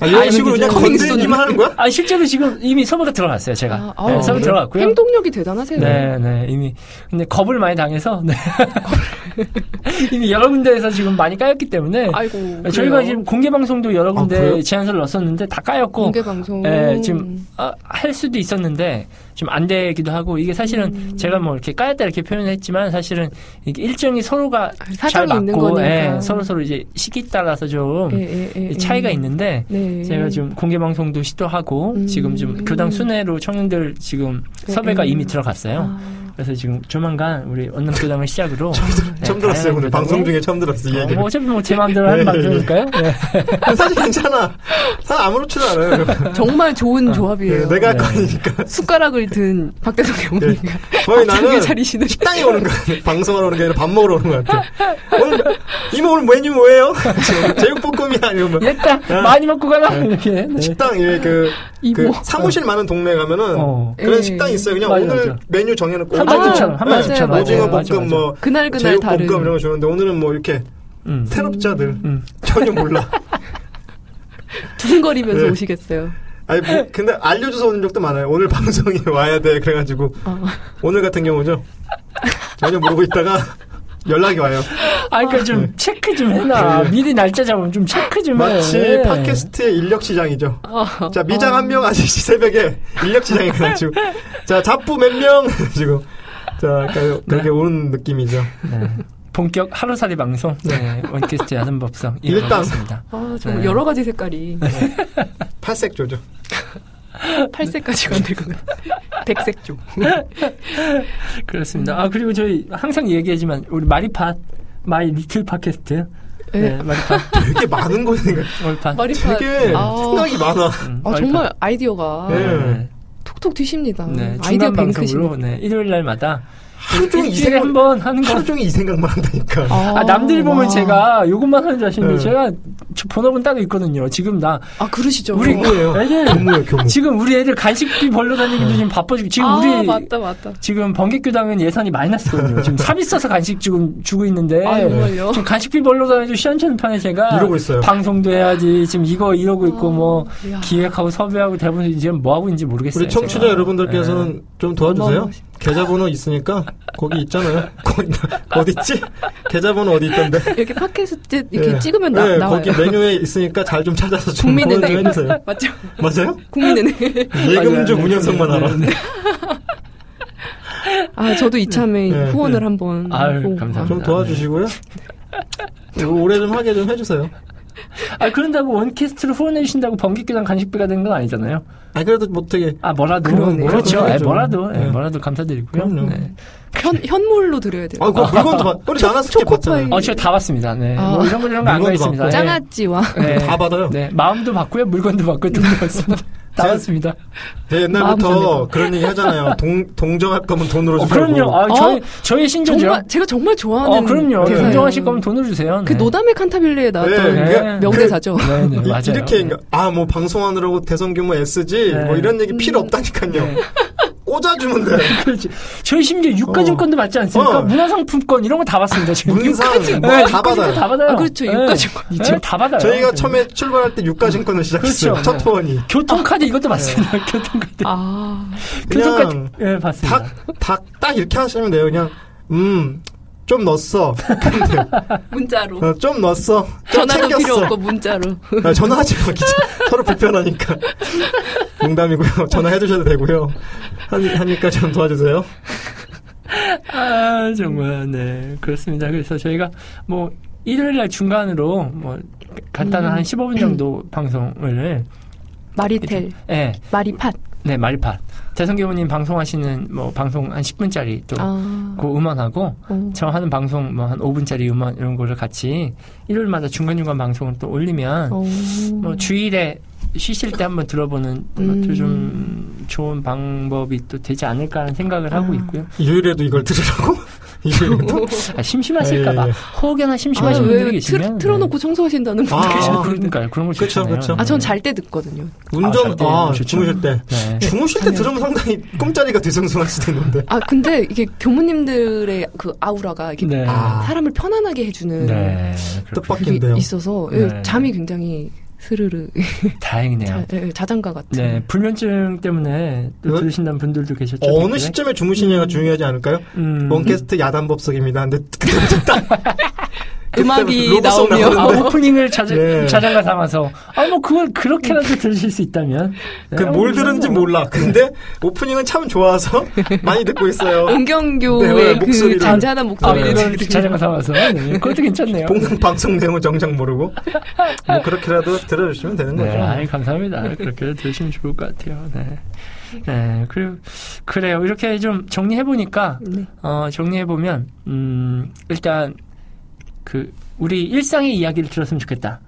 Speaker 5: 아, 이런 식으로
Speaker 4: 아니,
Speaker 5: 그냥
Speaker 4: 거기서는-
Speaker 5: 건드리기만 하는 거야?
Speaker 3: 아 실제로 지금 이미 섭외가 들어갔어요 제가
Speaker 4: 아,
Speaker 3: 네,
Speaker 4: 아,
Speaker 3: 섭외
Speaker 4: 그래요?
Speaker 3: 들어갔고요
Speaker 4: 행동력이 대단하세요.
Speaker 3: 네, 네, 이미. 근데 겁을 많이 당해서, 네. 이미 여러 군데에서 지금 많이 까였기 때문에.
Speaker 4: 아이고.
Speaker 3: 네, 저희가
Speaker 4: 그래요? 아,
Speaker 3: 지금 공개방송도 여러 군데
Speaker 5: 그래요?
Speaker 3: 제안서를 넣었었는데 다 까였고.
Speaker 4: 공개 방송.
Speaker 3: 예, 지금 아, 할 수도 있었는데 좀 안 되기도 하고 이게 사실은 제가 뭐 이렇게 까였다 이렇게 표현을 했지만 사실은 이게 일정이 서로가 잘
Speaker 4: 아, 사정이 있는
Speaker 3: 맞고
Speaker 4: 거니까.
Speaker 3: 예, 서로 서로 이제 시기 따라서 좀
Speaker 4: 예, 예, 예, 예.
Speaker 3: 차이가 있는데
Speaker 4: 네.
Speaker 3: 제가 지금 공개 방송도 시도하고
Speaker 4: 음.
Speaker 3: 지금 좀 교당 순회로 청년들 지금
Speaker 4: 네,
Speaker 3: 섭외가
Speaker 4: 네.
Speaker 3: 이미 들어갔어요.
Speaker 4: 아,
Speaker 3: 그래서 지금 조만간 우리 언남 교당을 시작으로 네,
Speaker 5: 처음 들었어요.
Speaker 3: 다양한
Speaker 5: 오늘 방송
Speaker 3: 교당을-
Speaker 5: 중에 처음 들었어, 이
Speaker 3: 어,
Speaker 5: 얘기를.
Speaker 3: 뭐 어차피 뭐 제 마음대로 하는
Speaker 5: 네,
Speaker 3: 방송이니까요. 네.
Speaker 5: 사실 괜찮아. 사실 아무렇지도 않아요.
Speaker 4: 정말 좋은
Speaker 5: 예,
Speaker 4: 조합이에요.
Speaker 5: 내가 할
Speaker 3: 네.
Speaker 5: 거니까.
Speaker 4: 숟가락을 든 박대성 경리가
Speaker 5: 거의 나는
Speaker 4: 차리시는
Speaker 5: 식당에 오는 거 같아. 방송하러 오는 게 아니라 밥 먹으러 오는 거 같아. 오늘, 이모 오늘 메뉴 뭐예요? 제육볶음이야. 이러면.
Speaker 3: 됐다 많이 먹고 가라 이렇게. 네.
Speaker 5: 식당, 예, 그, 그
Speaker 4: 이모.
Speaker 5: 사무실 많은 동네 가면은
Speaker 3: 어.
Speaker 5: 그런
Speaker 4: 예.
Speaker 5: 식당이 있어요. 그냥
Speaker 3: 맞아,
Speaker 5: 오늘
Speaker 3: 맞아.
Speaker 5: 메뉴 정해놓고.
Speaker 3: 한
Speaker 5: 오늘
Speaker 3: 마디처럼,
Speaker 5: 뭐,
Speaker 3: 한
Speaker 5: 예,
Speaker 4: 마디처럼.
Speaker 5: 오징어
Speaker 4: 맞아요, 맞아요,
Speaker 5: 볶음, 뭐,
Speaker 4: 그날 그날
Speaker 5: 제육볶음
Speaker 4: 다른.
Speaker 5: 이런 거 주는데 오늘은 뭐 이렇게
Speaker 3: 음.
Speaker 5: 테럽자들
Speaker 3: 음.
Speaker 5: 전혀 몰라.
Speaker 4: 두근거리면서
Speaker 5: 네.
Speaker 4: 오시겠어요.
Speaker 5: 아니, 뭐, 근데 알려줘서 오는 적도 많아요. 오늘 방송에 와야 돼. 그래가지고.
Speaker 4: 아.
Speaker 5: 오늘 같은 경우죠. 전혀 모르고 있다가 연락이 와요.
Speaker 3: 아, 그러니까 좀 체크 좀 해놔.
Speaker 5: 네.
Speaker 3: 미리 날짜 잡으면 좀 체크 좀 해. 네.
Speaker 5: 마치 팟캐스트의 인력 시장이죠.
Speaker 3: 어.
Speaker 4: 아,
Speaker 5: 자 미장 한 명 아직 새벽에 인력 시장에 가지고 자 잡부 몇 명 지금 자 그러니까 그렇게 오는 느낌이죠.
Speaker 3: 네. 본격 하루살이 방송. 네. 원캐스트 야선법성.
Speaker 5: 일단.
Speaker 3: 일단입니다.
Speaker 4: 아, 정말
Speaker 3: 네.
Speaker 4: 여러 가지 색깔이
Speaker 5: 팔색조죠.
Speaker 4: 팔색까지가 안 되고 백색조.
Speaker 3: 그렇습니다. 아, 그리고 저희 항상 얘기하지만 우리 마리팟. 마이 리틀 팟캐스트. 네.
Speaker 4: 네.
Speaker 3: 마리팟.
Speaker 5: 되게 많은 거생각
Speaker 3: 월팟.
Speaker 4: 머리판.
Speaker 5: 되게
Speaker 4: 아,
Speaker 5: 생각이 많아.
Speaker 3: 음,
Speaker 4: 아,
Speaker 3: 마리팟.
Speaker 4: 정말 아이디어가
Speaker 5: 네.
Speaker 4: 톡톡 튀십니다.
Speaker 3: 네.
Speaker 4: 아이디어
Speaker 3: 중간
Speaker 4: 뱅크시네.
Speaker 3: 방송으로. 네. 일요일 날마다.
Speaker 5: 하루 종일 이
Speaker 3: 일주일에
Speaker 5: 생각
Speaker 3: 한 번 하는 거.
Speaker 5: 하루 종일 이 생각만 한다니까.
Speaker 3: 아, 남들 보면
Speaker 4: 와.
Speaker 3: 제가 이것만 하는 줄 아시는데
Speaker 5: 네.
Speaker 3: 제가 저 번호는 따로 있거든요. 지금 나
Speaker 4: 아 그러시죠.
Speaker 3: 우리
Speaker 5: 교무예요.
Speaker 3: 애들
Speaker 5: 교무예요, 교무.
Speaker 3: 지금 우리 애들 간식비 벌러 다니기도
Speaker 5: 네.
Speaker 3: 지금 바빠지고 지금
Speaker 4: 아
Speaker 3: 우리
Speaker 4: 맞다 맞다.
Speaker 3: 지금 번개교당은 예산이 마이너스거든요. 지금 삽입 써서 간식 지금 주고 있는데
Speaker 4: 아 정말요.
Speaker 3: 지금 간식비 벌러 다니도 시원찮은 편에 제가
Speaker 5: 이러고 있어요.
Speaker 3: 방송도 해야지 지금 이거 이러고 있고 뭐
Speaker 4: 아, 이야.
Speaker 3: 기획하고 섭외하고 대본 이제 뭐 하고 있는지 모르겠어요. 네.
Speaker 5: 우리 청취자
Speaker 3: 제가.
Speaker 5: 여러분들께서는 좀 도와주세요.
Speaker 4: 어마어마하시-
Speaker 5: 계좌번호 있으니까 거기 있잖아요. 거기 어디 있지? 계좌번호 어디 있던데?
Speaker 4: 이렇게 팟캐스트 이렇게
Speaker 5: 예.
Speaker 4: 찍으면 나,
Speaker 5: 예,
Speaker 4: 나와요.
Speaker 5: 거기 메뉴에 있으니까 잘 좀 찾아서 좀 보내 좀
Speaker 4: 국민은행
Speaker 5: 해주세요.
Speaker 4: 맞죠?
Speaker 5: 맞아요?
Speaker 4: 국민은행.
Speaker 5: 예금주
Speaker 3: 네,
Speaker 5: 문현성만
Speaker 3: 네,
Speaker 5: 알아.
Speaker 3: 네,
Speaker 4: 아 저도 이참에
Speaker 5: 네,
Speaker 4: 후원을
Speaker 5: 네.
Speaker 4: 한번.
Speaker 3: 아유,
Speaker 4: 오,
Speaker 3: 감사합니다.
Speaker 5: 좀 도와주시고요. 네, 뭐 올해 좀 하게 좀 해주세요.
Speaker 3: 아 그런다고 원캐스트를 후원해 주신다고 번개교당 간식비가 된 건 아니잖아요.
Speaker 5: 아 그래도 뭐 되게
Speaker 3: 아 뭐라도
Speaker 5: 그러네요.
Speaker 3: 그렇죠. 아,
Speaker 5: 그렇죠.
Speaker 3: 뭐라도 예,
Speaker 5: 네.
Speaker 3: 뭐라도 감사드리고요.
Speaker 5: 그럼요.
Speaker 3: 네.
Speaker 4: 현 현물로 드려야 돼요.
Speaker 5: 아 그 물건도 받 우리 나나스케
Speaker 4: 초코파이.
Speaker 5: 받잖아요.
Speaker 3: 어, 제가 다 봤습니다. 네.
Speaker 4: 아.
Speaker 3: 뭐 이런 거 이런 거안
Speaker 5: 물건도
Speaker 3: 가있습니다.
Speaker 5: 받고.
Speaker 4: 장아찌와
Speaker 3: 네.
Speaker 5: 다 받아요. 네.
Speaker 3: 네. 마음도 받고요, 물건도 받고 돈도 받습니다. 다
Speaker 5: 제가-
Speaker 3: 받습니다.
Speaker 5: 제가
Speaker 4: 마음
Speaker 5: 네, 옛날부터
Speaker 4: 설레다.
Speaker 5: 그런 얘기 하잖아요. 동 동정할 거면 돈으로
Speaker 3: 어,
Speaker 5: 주라고.
Speaker 3: 그럼요. 아, 저희
Speaker 4: 어?
Speaker 3: 저희 신조죠.
Speaker 4: 정말 제가 정말 좋아하는.
Speaker 3: 어, 그럼요.
Speaker 5: 대사예요.
Speaker 3: 운동하실 거면 돈으로 주세요.
Speaker 4: 그
Speaker 3: 네.
Speaker 4: 노담의 칸타빌레에 나왔던
Speaker 5: 네,
Speaker 3: 네.
Speaker 4: 명대사죠.
Speaker 3: 네, 네,
Speaker 5: 이-
Speaker 3: 맞아요.
Speaker 5: 이렇게 아뭐 방송하느라고 대선 규모 S지
Speaker 3: 네.
Speaker 5: 뭐 이런 얘기
Speaker 4: 음.
Speaker 5: 필요 없다니까요.
Speaker 4: 네.
Speaker 5: 꽂아주면 돼.
Speaker 3: 그렇지. 저희 심지어 유가증권도 받지 않습니까?
Speaker 5: 어.
Speaker 3: 문화상품권 이런 거 다 받습니다. 지금
Speaker 5: 문상
Speaker 3: 네,
Speaker 5: 뭐다 받아요.
Speaker 3: 다 받아요.
Speaker 4: 아, 그렇죠. 유가증권.
Speaker 3: 네. 네, 다 받아요.
Speaker 5: 저희가
Speaker 3: 네.
Speaker 5: 처음에 출발할 때 유가증권을 시작했어요.
Speaker 3: 그렇죠.
Speaker 5: 첫
Speaker 3: 네.
Speaker 5: 후원이
Speaker 3: 교통카드 이것도 받습니다. 교통카드.
Speaker 4: 아
Speaker 5: 네. 그냥
Speaker 3: 교통카드 예, 받습니다.
Speaker 5: 닭닭딱 이렇게 하시면 돼요. 그냥 음. 좀 넣었어. 그럼 돼요.
Speaker 4: 문자로.
Speaker 5: 어, 좀 넣었어. 좀
Speaker 4: 전화도
Speaker 5: 챙겼어.
Speaker 4: 필요 없고 문자로.
Speaker 5: 아, 전화하지 마, 기자. 서로 불편하니까. 농담이고요. 전화해 주셔도 되고요. 한- 하니까 좀 도와주세요.
Speaker 3: 아, 정말, 네. 그렇습니다. 그래서 저희가 뭐, 일요일 날 중간으로 뭐, 간단한
Speaker 4: 음.
Speaker 3: 한 15분 정도 방송을,
Speaker 4: 마리텔,
Speaker 3: 예,
Speaker 4: 마리팟.
Speaker 3: 네, 마리팟. 대성교부님 방송하시는 뭐, 방송 한 10분짜리 또,
Speaker 4: 아.
Speaker 3: 그 음원하고,
Speaker 4: 어.
Speaker 3: 저 하는 방송 뭐 한 5분짜리 음원 이런 거를 같이 일요일마다 중간중간 방송을 또 올리면,
Speaker 4: 어.
Speaker 3: 뭐, 주일에 쉬실 때 한번 들어보는
Speaker 4: 음.
Speaker 3: 것도 좀 좋은 방법이 또 되지 않을까 하는 생각을 하고
Speaker 4: 아.
Speaker 3: 있고요.
Speaker 5: 일요일에도 이걸 들으라고? 이게
Speaker 3: 아, 심심하실까봐.
Speaker 5: 아, 예, 예.
Speaker 3: 혹여나 심심하신 분들이
Speaker 4: 네. 아, 왜
Speaker 3: 계시면. 네.
Speaker 4: 틀, 어놓고 청소하신다는 분.
Speaker 5: 아,
Speaker 4: 계셔.
Speaker 3: 아, 네. 그러니까요. 그런 걸
Speaker 5: 그렇죠, 그쵸,
Speaker 3: 좋잖아요.
Speaker 5: 그쵸.
Speaker 4: 아, 전 잘 때 듣거든요.
Speaker 3: 아, 잘
Speaker 5: 운전
Speaker 3: 때,
Speaker 5: 아,
Speaker 3: 좋죠.
Speaker 5: 주무실 때
Speaker 3: 네.
Speaker 5: 주무실 때 들으면 상당히 꿈자리가 뒤숭숭할 수도 있는데
Speaker 4: 아, 근데 이게 교무님들의 그 아우라가 이렇게
Speaker 3: 네.
Speaker 5: 아.
Speaker 4: 사람을 편안하게 해주는
Speaker 3: 네. 그렇군요.
Speaker 4: 그게
Speaker 5: 뜻밖인데요.
Speaker 4: 있어서
Speaker 3: 네.
Speaker 4: 예, 잠이 굉장히 스르르
Speaker 3: 다행이네요.
Speaker 4: 자, 예, 자장가 같은.
Speaker 3: 네, 불면증 때문에 또
Speaker 5: 그-
Speaker 3: 들으신다는 분들도 계셨죠.
Speaker 5: 어느
Speaker 3: 댓글에?
Speaker 5: 시점에 주무시냐가 중요하지 않을까요?
Speaker 3: 음.
Speaker 5: 원캐스트 야단법석입니다. 근데
Speaker 4: 음악이
Speaker 5: 로고 속
Speaker 4: 나오며
Speaker 3: 아,
Speaker 5: 나오는데.
Speaker 3: 오프닝을 자자,
Speaker 5: 예.
Speaker 3: 자장가 삼아서. 아, 뭐, 그걸 그렇게라도 들으실 수 있다면. 네,
Speaker 4: 어.
Speaker 5: 그 뭘 들은지 몰라. 근데 오프닝은 참 좋아서 많이 듣고 있어요.
Speaker 4: 은경교의
Speaker 5: 네, 네,
Speaker 4: 그
Speaker 5: 목소리를.
Speaker 4: 잔잔한
Speaker 3: 아,
Speaker 5: 네.
Speaker 4: 목소리를
Speaker 3: 그걸
Speaker 4: 들으면-
Speaker 3: 자장가 삼아서. 네, 그것도 괜찮네요.
Speaker 5: 본방 방송 내용을 정작 모르고 뭐 그렇게라도 들어주시면 되는
Speaker 3: 네,
Speaker 5: 거죠.
Speaker 3: 아이, 감사합니다. 그렇게 들으시면 좋을 것 같아요. 네. 네, 그, 그래요. 이렇게 좀 정리해보니까,
Speaker 4: 네.
Speaker 3: 어, 정리해보면, 음, 일단, 그, 우리 일상의 이야기를 들었으면 좋겠다.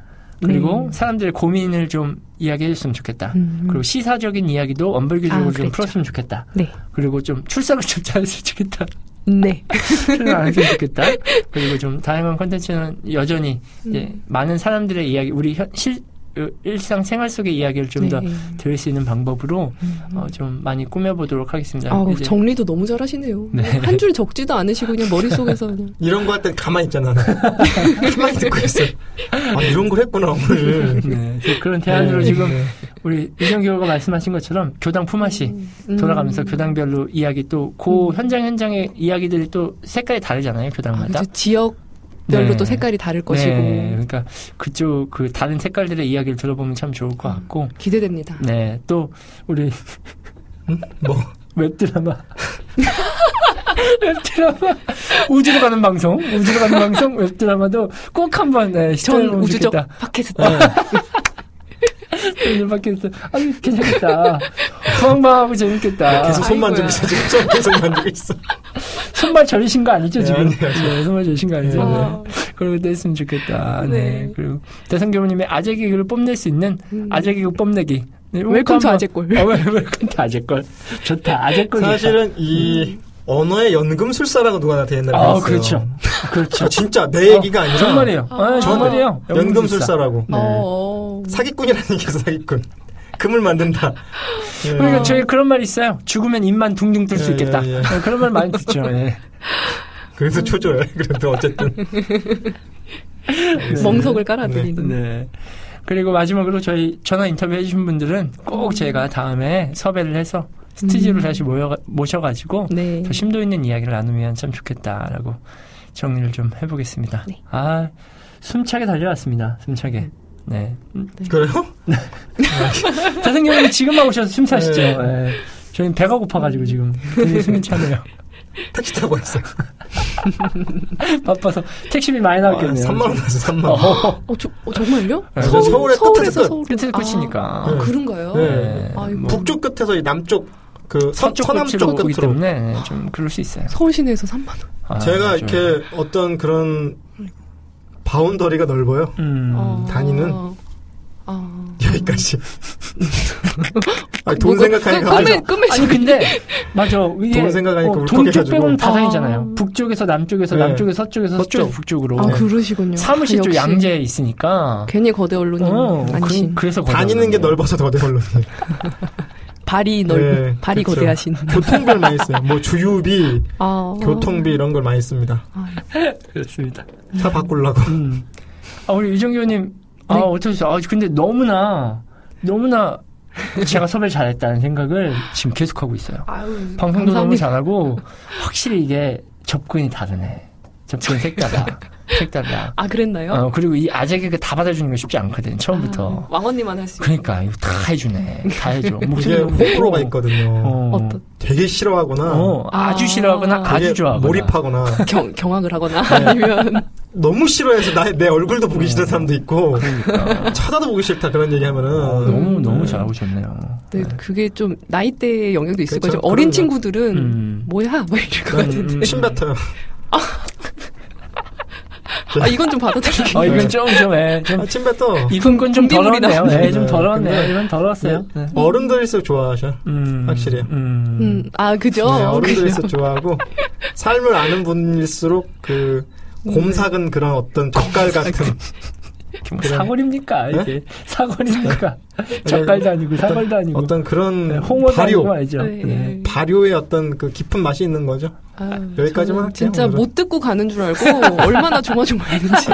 Speaker 3: 그리고
Speaker 4: 네.
Speaker 3: 사람들의 고민을 좀 이야기해줬으면 좋겠다.
Speaker 4: 음.
Speaker 3: 그리고 시사적인 이야기도 언불규칙으로
Speaker 4: 아,
Speaker 3: 좀
Speaker 4: 그랬죠.
Speaker 3: 풀었으면 좋겠다.
Speaker 4: 네.
Speaker 3: 그리고 좀 출석을 좀 잘했으면 좋겠다.
Speaker 4: 네.
Speaker 3: 출연 안 했으면 좋겠다. 그리고 좀 다양한 컨텐츠는 여전히 이제 많은 사람들의 이야기, 우리 현, 실, 으, 일상 생활 속의 이야기를 좀 더
Speaker 4: 네.
Speaker 3: 들을 수 있는 방법으로 어, 좀 많이 꾸며보도록 하겠습니다.
Speaker 4: 아우,
Speaker 3: 네. 이제-
Speaker 4: 정리도 너무 잘하시네요.
Speaker 3: 네.
Speaker 4: 한 줄 적지도 않으시고 그냥 머릿속에서 그냥.
Speaker 5: 이런 거 할 땐 가만히 있잖아. 가만히 듣고 있어. 아, 이런 걸 했구나, 오늘.
Speaker 3: 네, 그래서 그런 대안으로
Speaker 5: 네,
Speaker 3: 지금
Speaker 5: 네.
Speaker 3: 우리 이정교가 말씀하신 것처럼 교당 품앗이
Speaker 4: 음.
Speaker 3: 돌아가면서 교당별로 이야기 또 그 현장 현장의 이야기들이 또 색깔이 다르잖아요
Speaker 4: 아,
Speaker 3: 교당마다.
Speaker 4: 그죠. 지역별로
Speaker 3: 네.
Speaker 4: 또 색깔이 다를 것이고.
Speaker 3: 네, 그러니까 그쪽 그 다른 색깔들의 이야기를 들어보면 참 좋을 것 같고,
Speaker 4: 기대됩니다.
Speaker 3: 네, 또 우리
Speaker 5: 음? 뭐.
Speaker 3: 웹드라마. 웹드라마. 우주로 가는 방송. 우주로 가는 방송 웹드라마도 꼭 한번 네,
Speaker 4: 전
Speaker 3: 시청해보면
Speaker 4: 우주적
Speaker 3: 좋겠다. 네.
Speaker 4: 팟캐스트.
Speaker 3: 오늘 밖에서 아 괜찮겠다. 방방하고 재밌겠다.
Speaker 5: 계속 손만 좀
Speaker 4: 아이고야.
Speaker 5: 있어. 지금 손 계속 만지고 있어.
Speaker 3: 손발 저리신 거 아니죠
Speaker 5: 네,
Speaker 3: 지금?
Speaker 5: 아니에요,
Speaker 3: 네, 손발 저리신 거 아니죠? 네.
Speaker 4: 아.
Speaker 3: 그런 것도 했으면 좋겠다. 네.
Speaker 4: 네.
Speaker 3: 그리고 대성교부님의 아재 개그를 뽐낼 수 있는 아재 개그 뽐내기. 네, 이것도
Speaker 4: 음. 웰컴 투
Speaker 3: 한번-
Speaker 4: 아재골.
Speaker 3: 아, 웰- 웰컴 투 아재꼴. 좋다. 아재꼴. 좋다.
Speaker 5: 사실은 이
Speaker 4: 음.
Speaker 5: 언어의 연금술사라고 누가 나한테 옛날에
Speaker 3: 아
Speaker 5: 네, 그랬어요.
Speaker 3: 그렇죠. 그렇죠.
Speaker 5: 아, 진짜 내 얘기가 아니라
Speaker 3: 정말이에요. 아,
Speaker 4: 아.
Speaker 3: 정말이에요. 연금술사. 네.
Speaker 5: 연금술사라고
Speaker 4: 어, 어.
Speaker 5: 사기꾼이라는 얘기죠 사기꾼 금을 만든다 예.
Speaker 3: 그러니까 저희 그런 말 있어요. 죽으면 입만 둥둥 뜰 수
Speaker 5: 예,
Speaker 3: 있겠다.
Speaker 5: 예, 예.
Speaker 3: 네, 그런 말 많이 듣죠. 예.
Speaker 5: 그래서 초조해 그래도 어쨌든
Speaker 4: 어. 멍석을 깔아드리는.
Speaker 3: 네. 그리고 마지막으로 저희 전화 인터뷰 해주신 분들은
Speaker 4: 음.
Speaker 3: 꼭 제가 다음에 섭외를 해서 스튜디오로 다시 모여, 모셔가지고
Speaker 4: 네.
Speaker 3: 더 심도 있는 이야기를 나누면 참 좋겠다라고 정리를 좀 해보겠습니다.
Speaker 4: 네. 음.
Speaker 3: 아, 숨차게 달려왔습니다. 숨차게. 네.
Speaker 5: 그래요?
Speaker 3: 선생님은 지금만 오셔서 숨차시죠.
Speaker 5: 네.
Speaker 3: 예. 저희는 배가 고파가지고
Speaker 4: 음.
Speaker 3: 지금 되게 숨이 차네요.
Speaker 5: 택시 타고 왔어요
Speaker 3: 바빠서 택시비 많이
Speaker 5: 아,
Speaker 3: 나왔겠네요.
Speaker 5: 3만 원 나왔어 3만 원
Speaker 3: 어,
Speaker 4: 어, 저, 어, 정말요?
Speaker 3: 네.
Speaker 4: 서울,
Speaker 5: 서울의
Speaker 4: 서울에서
Speaker 5: 끝에서 끝.
Speaker 4: 서울.
Speaker 3: 끝에서
Speaker 4: 아,
Speaker 3: 끝이니까.
Speaker 4: 아, 그런가요?
Speaker 5: 네.
Speaker 4: 아이고.
Speaker 5: 북쪽 끝에서 이 남쪽 그 서,
Speaker 3: 서쪽
Speaker 5: 서남쪽
Speaker 3: 끝으로 오기
Speaker 5: 끝으로
Speaker 3: 때문에 네, 좀 그럴 수 있어요.
Speaker 4: 서울 시내에서 3만 원.
Speaker 3: 아,
Speaker 5: 제가
Speaker 3: 맞아요.
Speaker 5: 이렇게 어떤 그런 바운더리가 넓어요 어.
Speaker 3: 음,
Speaker 4: 아,
Speaker 5: 다니는?
Speaker 4: 아.
Speaker 5: 여기까지 아니,
Speaker 3: 뭐,
Speaker 5: 돈
Speaker 3: 그
Speaker 5: 생각하니까
Speaker 4: 꿈에
Speaker 5: 갑자기
Speaker 4: 꿈에
Speaker 3: 아니 근데 맞아 이게
Speaker 5: 돈 생각하니까
Speaker 3: 어, 동쪽
Speaker 5: 울컥해가지고.
Speaker 3: 빼고는 다 상이잖아요.
Speaker 4: 아.
Speaker 3: 북쪽에서 남쪽에서
Speaker 5: 네.
Speaker 3: 남쪽에서 서쪽에서
Speaker 5: 서쪽.
Speaker 3: 서쪽에서 북쪽으로
Speaker 4: 아 그러시군요.
Speaker 3: 네. 사무실
Speaker 4: 아,
Speaker 3: 쪽
Speaker 4: 역시 음,
Speaker 3: 양재에 있으니까
Speaker 4: 괜히 거대 언론인
Speaker 3: 어,
Speaker 4: 아니신
Speaker 3: 그, 래서
Speaker 5: 다니는 게 넓어서 더대 걸로
Speaker 4: 발이 넓은
Speaker 5: 네,
Speaker 4: 발이
Speaker 5: 그렇죠.
Speaker 4: 거대하신.
Speaker 5: 교통비를 많이 써요 뭐 주유비
Speaker 4: 아,
Speaker 3: 어.
Speaker 5: 교통비 이런 걸 많이 씁니다
Speaker 3: 그렇습니다.
Speaker 5: 차 바꾸려고
Speaker 3: 음. 아 우리 유정교님 아
Speaker 4: 네.
Speaker 3: 어떠셨어요? 아 근데 너무나 너무나 제가 섭외 잘했다는 생각을 지금 계속 하고 있어요.
Speaker 4: 아유,
Speaker 3: 방송도 너무
Speaker 4: 감사합니다.
Speaker 3: 잘하고 확실히 이게 접근이 다르네. 접근 색다르다. 색다르다.
Speaker 4: 아 그랬나요?
Speaker 3: 어, 그리고 이 아재개그 다 받아주는 게 쉽지 않거든
Speaker 4: 아,
Speaker 3: 처음부터.
Speaker 4: 왕언니만 할 수 있는.
Speaker 3: 그러니까 이거 다 해주네. 다 해줘.
Speaker 5: 이게 뭐
Speaker 3: 목소리도 그렇고.
Speaker 5: 호불호가 있거든요.
Speaker 3: 어,
Speaker 4: 어떤
Speaker 5: 되게 싫어하거나
Speaker 3: 어, 아주 싫어하거나
Speaker 4: 아.
Speaker 3: 아주
Speaker 5: 되게
Speaker 3: 좋아하거나.
Speaker 5: 몰입하거나
Speaker 4: 경, 경악을 하거나 아니면
Speaker 5: 너무 싫어해서 나, 내 얼굴도 보기
Speaker 3: 음.
Speaker 5: 싫은 사람도 있고
Speaker 3: 그러니까.
Speaker 5: 쳐다도 보기 싫다 그런 얘기하면은
Speaker 3: 어, 너무 너무 잘하셨네요.
Speaker 4: 네, 그게 좀 나이대의 영향도 있을
Speaker 5: 그렇죠.
Speaker 4: 거죠. 어린
Speaker 5: 그럼요.
Speaker 4: 친구들은
Speaker 3: 음.
Speaker 5: 음,
Speaker 4: 뭐야 막 이럴 것
Speaker 5: 난
Speaker 4: 같은데.
Speaker 5: 침 뱉어요.
Speaker 4: 아, 이건 좀 받아들일게요.
Speaker 3: 어, 이건 좀, 좀, 예, 좀.
Speaker 5: 아, 네. 침뱉어.
Speaker 3: 이건 건좀
Speaker 4: 좀비물이다.
Speaker 3: 더러웠네요. 예, 좀
Speaker 5: 네,
Speaker 3: 더러웠네요.
Speaker 5: 근데
Speaker 3: 이건 더러웠어요. 네.
Speaker 5: 어른들일수록 좋아하셔.
Speaker 3: 음,
Speaker 5: 확실히.
Speaker 3: 음.
Speaker 4: 음, 아, 그죠?
Speaker 5: 네,
Speaker 4: 그죠?
Speaker 5: 어른들일수록 좋아하고 삶을 아는 분일수록 그 곰삭은 그런 어떤 젓갈 같은
Speaker 3: 이게 뭐 사골입니까?
Speaker 5: 네?
Speaker 3: 이게 사골입니까? 젓갈도 아니고 사골도 아니고
Speaker 5: 어떤 그런
Speaker 3: 네, 홍어도 아니고
Speaker 5: 발효
Speaker 3: 말이죠.
Speaker 4: 네.
Speaker 3: 네.
Speaker 5: 발효의 어떤 그 깊은 맛이 있는 거죠.
Speaker 4: 아유,
Speaker 5: 여기까지만
Speaker 4: 저는
Speaker 5: 할게요,
Speaker 4: 진짜
Speaker 5: 오늘은.
Speaker 4: 못 듣고 가는 줄 알고 얼마나 조마조마했는지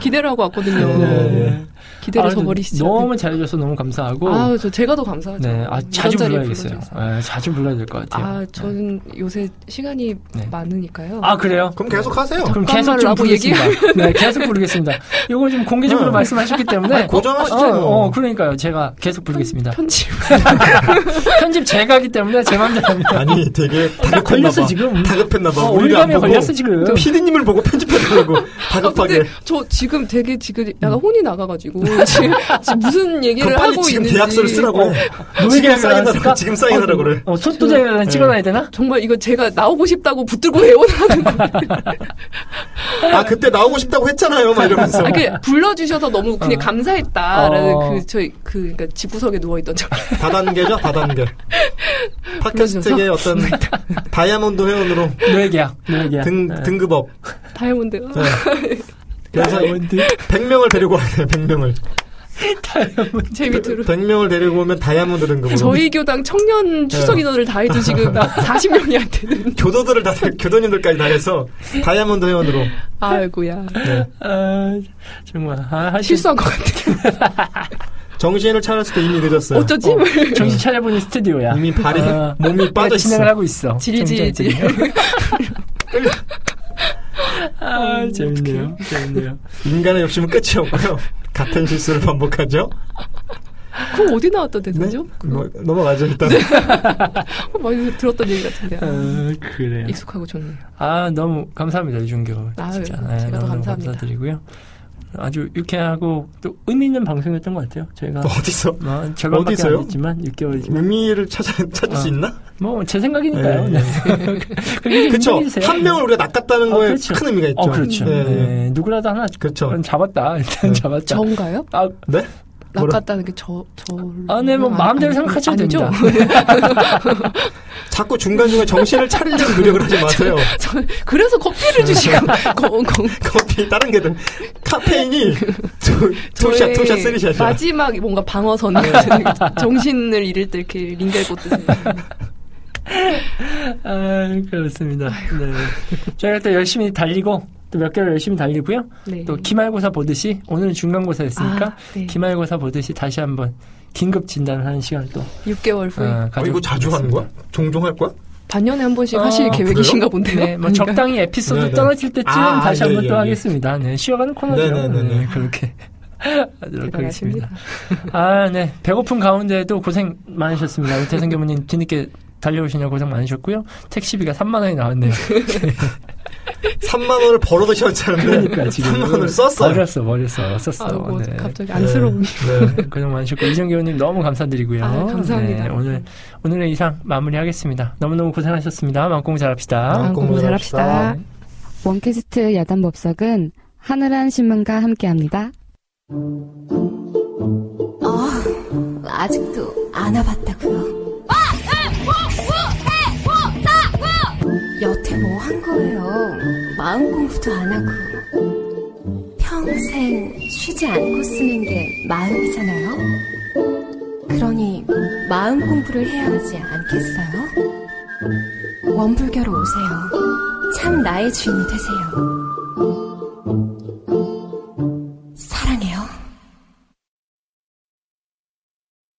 Speaker 4: 기대를 하고 왔거든요.
Speaker 5: 네.
Speaker 4: 기대를
Speaker 3: 아,
Speaker 4: 저버리시죠.
Speaker 3: 너무 잘해줘서 너무 감사하고
Speaker 4: 아유, 저 제가 더 감사하죠.
Speaker 3: 네, 아,
Speaker 4: 이런
Speaker 3: 자주
Speaker 4: 자리에
Speaker 3: 불러야겠어요.
Speaker 4: 불러줘서.
Speaker 3: 네, 자주 불러야 될 것 같아요.
Speaker 4: 아, 저는 요새 시간이
Speaker 3: 네.
Speaker 4: 많으니까요.
Speaker 3: 아, 그래요?
Speaker 5: 네. 그럼 계속 하세요.
Speaker 3: 그럼 계속 좀
Speaker 4: 잠깐만라고
Speaker 3: 부르겠습니다. 네, 계속 부르겠습니다. 요거 좀 공개적으로
Speaker 5: 응.
Speaker 3: 말씀하셨기 때문에
Speaker 5: 아니, 고정하시죠,
Speaker 3: 어,
Speaker 5: 뭐.
Speaker 3: 어, 그러니까요. 제가 계속 부르겠습니다.
Speaker 4: 편집. 어,
Speaker 3: 편집 제가 하기 때문에 제 맘대로 합니다.
Speaker 5: 아니 되게 다급했나
Speaker 3: 걸렸어,
Speaker 5: 봐.
Speaker 3: 지금.
Speaker 5: 다급했나 봐.
Speaker 3: 어,
Speaker 5: 우리를 안
Speaker 3: 올감에
Speaker 5: 보고
Speaker 3: 걸렸어 지금.
Speaker 5: 피디님을 보고 편집해달라고
Speaker 4: 아, 근데
Speaker 5: 다급하게. 음.
Speaker 4: 저 지금 되게 지금 약간 혼이 나가가지고 지금, 지금 무슨
Speaker 5: 그럼
Speaker 4: 얘기를
Speaker 5: 빨리
Speaker 4: 하고
Speaker 5: 지금
Speaker 4: 있는지
Speaker 5: 계약서를 쓰라고. 지금
Speaker 3: 노예계약을
Speaker 5: 사인하라고.
Speaker 3: 어. 뭐 하니까?
Speaker 5: 지금 사인하라고 그래. 네.
Speaker 3: 어, 손도장에 찍어놔야 되나?
Speaker 4: 정말 이거 제가 나오고 싶다고 붙들고 회원하는 거.
Speaker 5: 아 그때 나오고 싶다고 했잖아요. 막 이러면서.
Speaker 4: 아, 그 불러주셔서 너무 그냥
Speaker 3: 어.
Speaker 4: 감사했다라는
Speaker 3: 어.
Speaker 4: 그 저희 그 그러니까 집구석에 누워있던 저
Speaker 5: 다단계죠, 다단계. 팟캐스트의 어떤 다이아몬드 회원으로
Speaker 3: 노예계약. 노예계약.
Speaker 5: 등,
Speaker 3: 네.
Speaker 5: 등급업.
Speaker 4: 다이아몬드.
Speaker 5: 네. 그래서
Speaker 3: 다이아몬드.
Speaker 5: 100명을 데리고 와야 돼요, 100명을.
Speaker 3: 다이아몬드.
Speaker 4: 제 밑으로
Speaker 3: 네.
Speaker 5: 100명을 데리고 오면 다이아몬드 등급으로.
Speaker 4: 저희 교당 청년 추석
Speaker 5: 네.
Speaker 4: 인원을 다 해도 지금 40명이 안 되는.
Speaker 5: 교도들을 다, 데리- 교도님들까지 다 해서 다이아몬드 회원으로.
Speaker 4: 아이고야
Speaker 5: 네.
Speaker 3: 아, 정말. 아, 하여튼
Speaker 4: 실수한 것 같아.
Speaker 5: 정신을 차렸을 때 이미
Speaker 3: 네.
Speaker 5: 늦었어요.
Speaker 4: 어쩌지? 뭐 이런.
Speaker 3: 정신 차려보니 스튜디오야.
Speaker 5: 이미 발이,
Speaker 3: 아,
Speaker 5: 몸이
Speaker 3: 내가
Speaker 5: 빠져있어.
Speaker 3: 진행을 하고 있어.
Speaker 4: 지리지리지.
Speaker 3: 점점점이. 아, 재밌네요. 재밌네요.
Speaker 5: 인간의 욕심은 끝이 없고요. 같은 실수를 반복하죠.
Speaker 4: 그거 어디 나왔던
Speaker 5: 네.
Speaker 4: 대사죠?
Speaker 5: 뭐, 넘어가죠, 일단.
Speaker 3: 네.
Speaker 4: 그거 많이 들었던 얘기 같은데. 아,
Speaker 3: 아, 그래요.
Speaker 4: 익숙하고 좋네요.
Speaker 3: 아, 너무 감사합니다, 유준교.
Speaker 4: 아유,
Speaker 3: 진짜.
Speaker 4: 제가
Speaker 3: 네,
Speaker 4: 더
Speaker 3: 너무너무
Speaker 4: 감사합니다.
Speaker 3: 감사드리고요. 아주 유쾌하고 또 의미 있는 방송이었던 것 같아요. 저희가
Speaker 5: 어디서?
Speaker 3: 뭐 절반밖에
Speaker 5: 어디서요?
Speaker 3: 안 됐지만 6개월이지만
Speaker 5: 의미를 찾아, 찾을 수
Speaker 3: 아.
Speaker 5: 있나?
Speaker 3: 뭐 제 생각이니까요.
Speaker 5: 네.
Speaker 3: 네. 그게 좀
Speaker 5: 그렇죠.
Speaker 3: 인정해주세요.
Speaker 5: 한 명을 우리가 낚았다는
Speaker 3: 어,
Speaker 5: 거에
Speaker 3: 그렇죠.
Speaker 5: 큰 의미가 있죠.
Speaker 3: 어, 그렇죠.
Speaker 5: 네,
Speaker 3: 네. 어.
Speaker 5: 네.
Speaker 3: 누구라도 하나
Speaker 5: 그렇죠.
Speaker 3: 잡았다. 일단
Speaker 5: 네.
Speaker 3: 잡았다.
Speaker 4: 전가요?
Speaker 3: 아,
Speaker 5: 네? 뭐라-
Speaker 4: 낚았다는 게 저, 저.
Speaker 3: 아, 네, 뭐, 마음대로 생각하셔도 됩니다.
Speaker 5: 자꾸 중간중간 정신을 차리려는 노력을 하지 마세요.
Speaker 4: 저, 그래서 커피를 주시고,
Speaker 3: 네.
Speaker 4: 거, 거,
Speaker 5: 커피 다른 게들 카페인이 두, 투샷
Speaker 4: 저의
Speaker 5: 투샷 쓰리샷이야.
Speaker 4: 마지막 뭔가 방어선
Speaker 3: 네.
Speaker 4: 정신을 잃을 때 이렇게 링겔 꽂듯이
Speaker 3: 아, 그렇습니다. 네. 저희가 또 열심히 달리고, 또 몇 개월 열심히 달리고요.
Speaker 4: 네.
Speaker 3: 또 기말고사 보듯이, 오늘은 중간고사였으니까,
Speaker 4: 아, 네.
Speaker 3: 기말고사 보듯이 다시 한번 긴급 진단을 하는 시간을 또,
Speaker 4: 6개월 후에
Speaker 3: 어,
Speaker 5: 어,
Speaker 3: 가지고
Speaker 5: 이거 자주 하는 거야? 종종 할 거야?
Speaker 4: 반년에 한 번씩
Speaker 3: 아,
Speaker 4: 하실 계획이신가 본데요.
Speaker 3: 네, 뭐
Speaker 4: 그러니까.
Speaker 3: 적당히 에피소드
Speaker 5: 네, 네.
Speaker 3: 떨어질 때쯤
Speaker 5: 아,
Speaker 3: 다시 한번
Speaker 5: 예,
Speaker 3: 또
Speaker 5: 예, 예.
Speaker 3: 하겠습니다. 네, 쉬어가는 코너죠.
Speaker 5: 네,
Speaker 3: 네,
Speaker 5: 네, 네, 네.
Speaker 3: 그렇게 하도록 하겠습니다.
Speaker 4: 대단하십니다.
Speaker 3: 아, 네. 배고픈 가운데도 고생 많으셨습니다. 우리 태성 교무님 뒤늦게 달려오시냐 고생 많으셨고요. 택시비가 3만 원이 나왔네요.
Speaker 5: 3만 원을 벌어도 시원찮은데
Speaker 3: 그러니까 지금
Speaker 5: 3만 원을 썼어요.
Speaker 3: 버렸어, 버렸어, 썼어.
Speaker 4: 아이고
Speaker 3: 네.
Speaker 4: 갑자기
Speaker 5: 네.
Speaker 4: 안쓰러운
Speaker 5: 네.
Speaker 3: 고생 많으셨고 이정 교우님 너무 감사드리고요.
Speaker 4: 아유, 감사합니다.
Speaker 3: 네, 오늘 오늘의 이상 마무리하겠습니다. 너무너무 고생하셨습니다. 마음공 잘합시다.
Speaker 5: 아,
Speaker 4: 공부 잘합시다.
Speaker 1: 원캐스트 야단 법석은 하늘한 신문과 함께합니다.
Speaker 6: 아직도 안 와봤다고요? 여태 뭐 한 거예요? 마음 공부도 안 하고 평생 쉬지 않고 쓰는 게 마음이잖아요. 그러니 마음 공부를 해야 하지 않겠어요? 원불교로 오세요. 참 나의 주인이 되세요.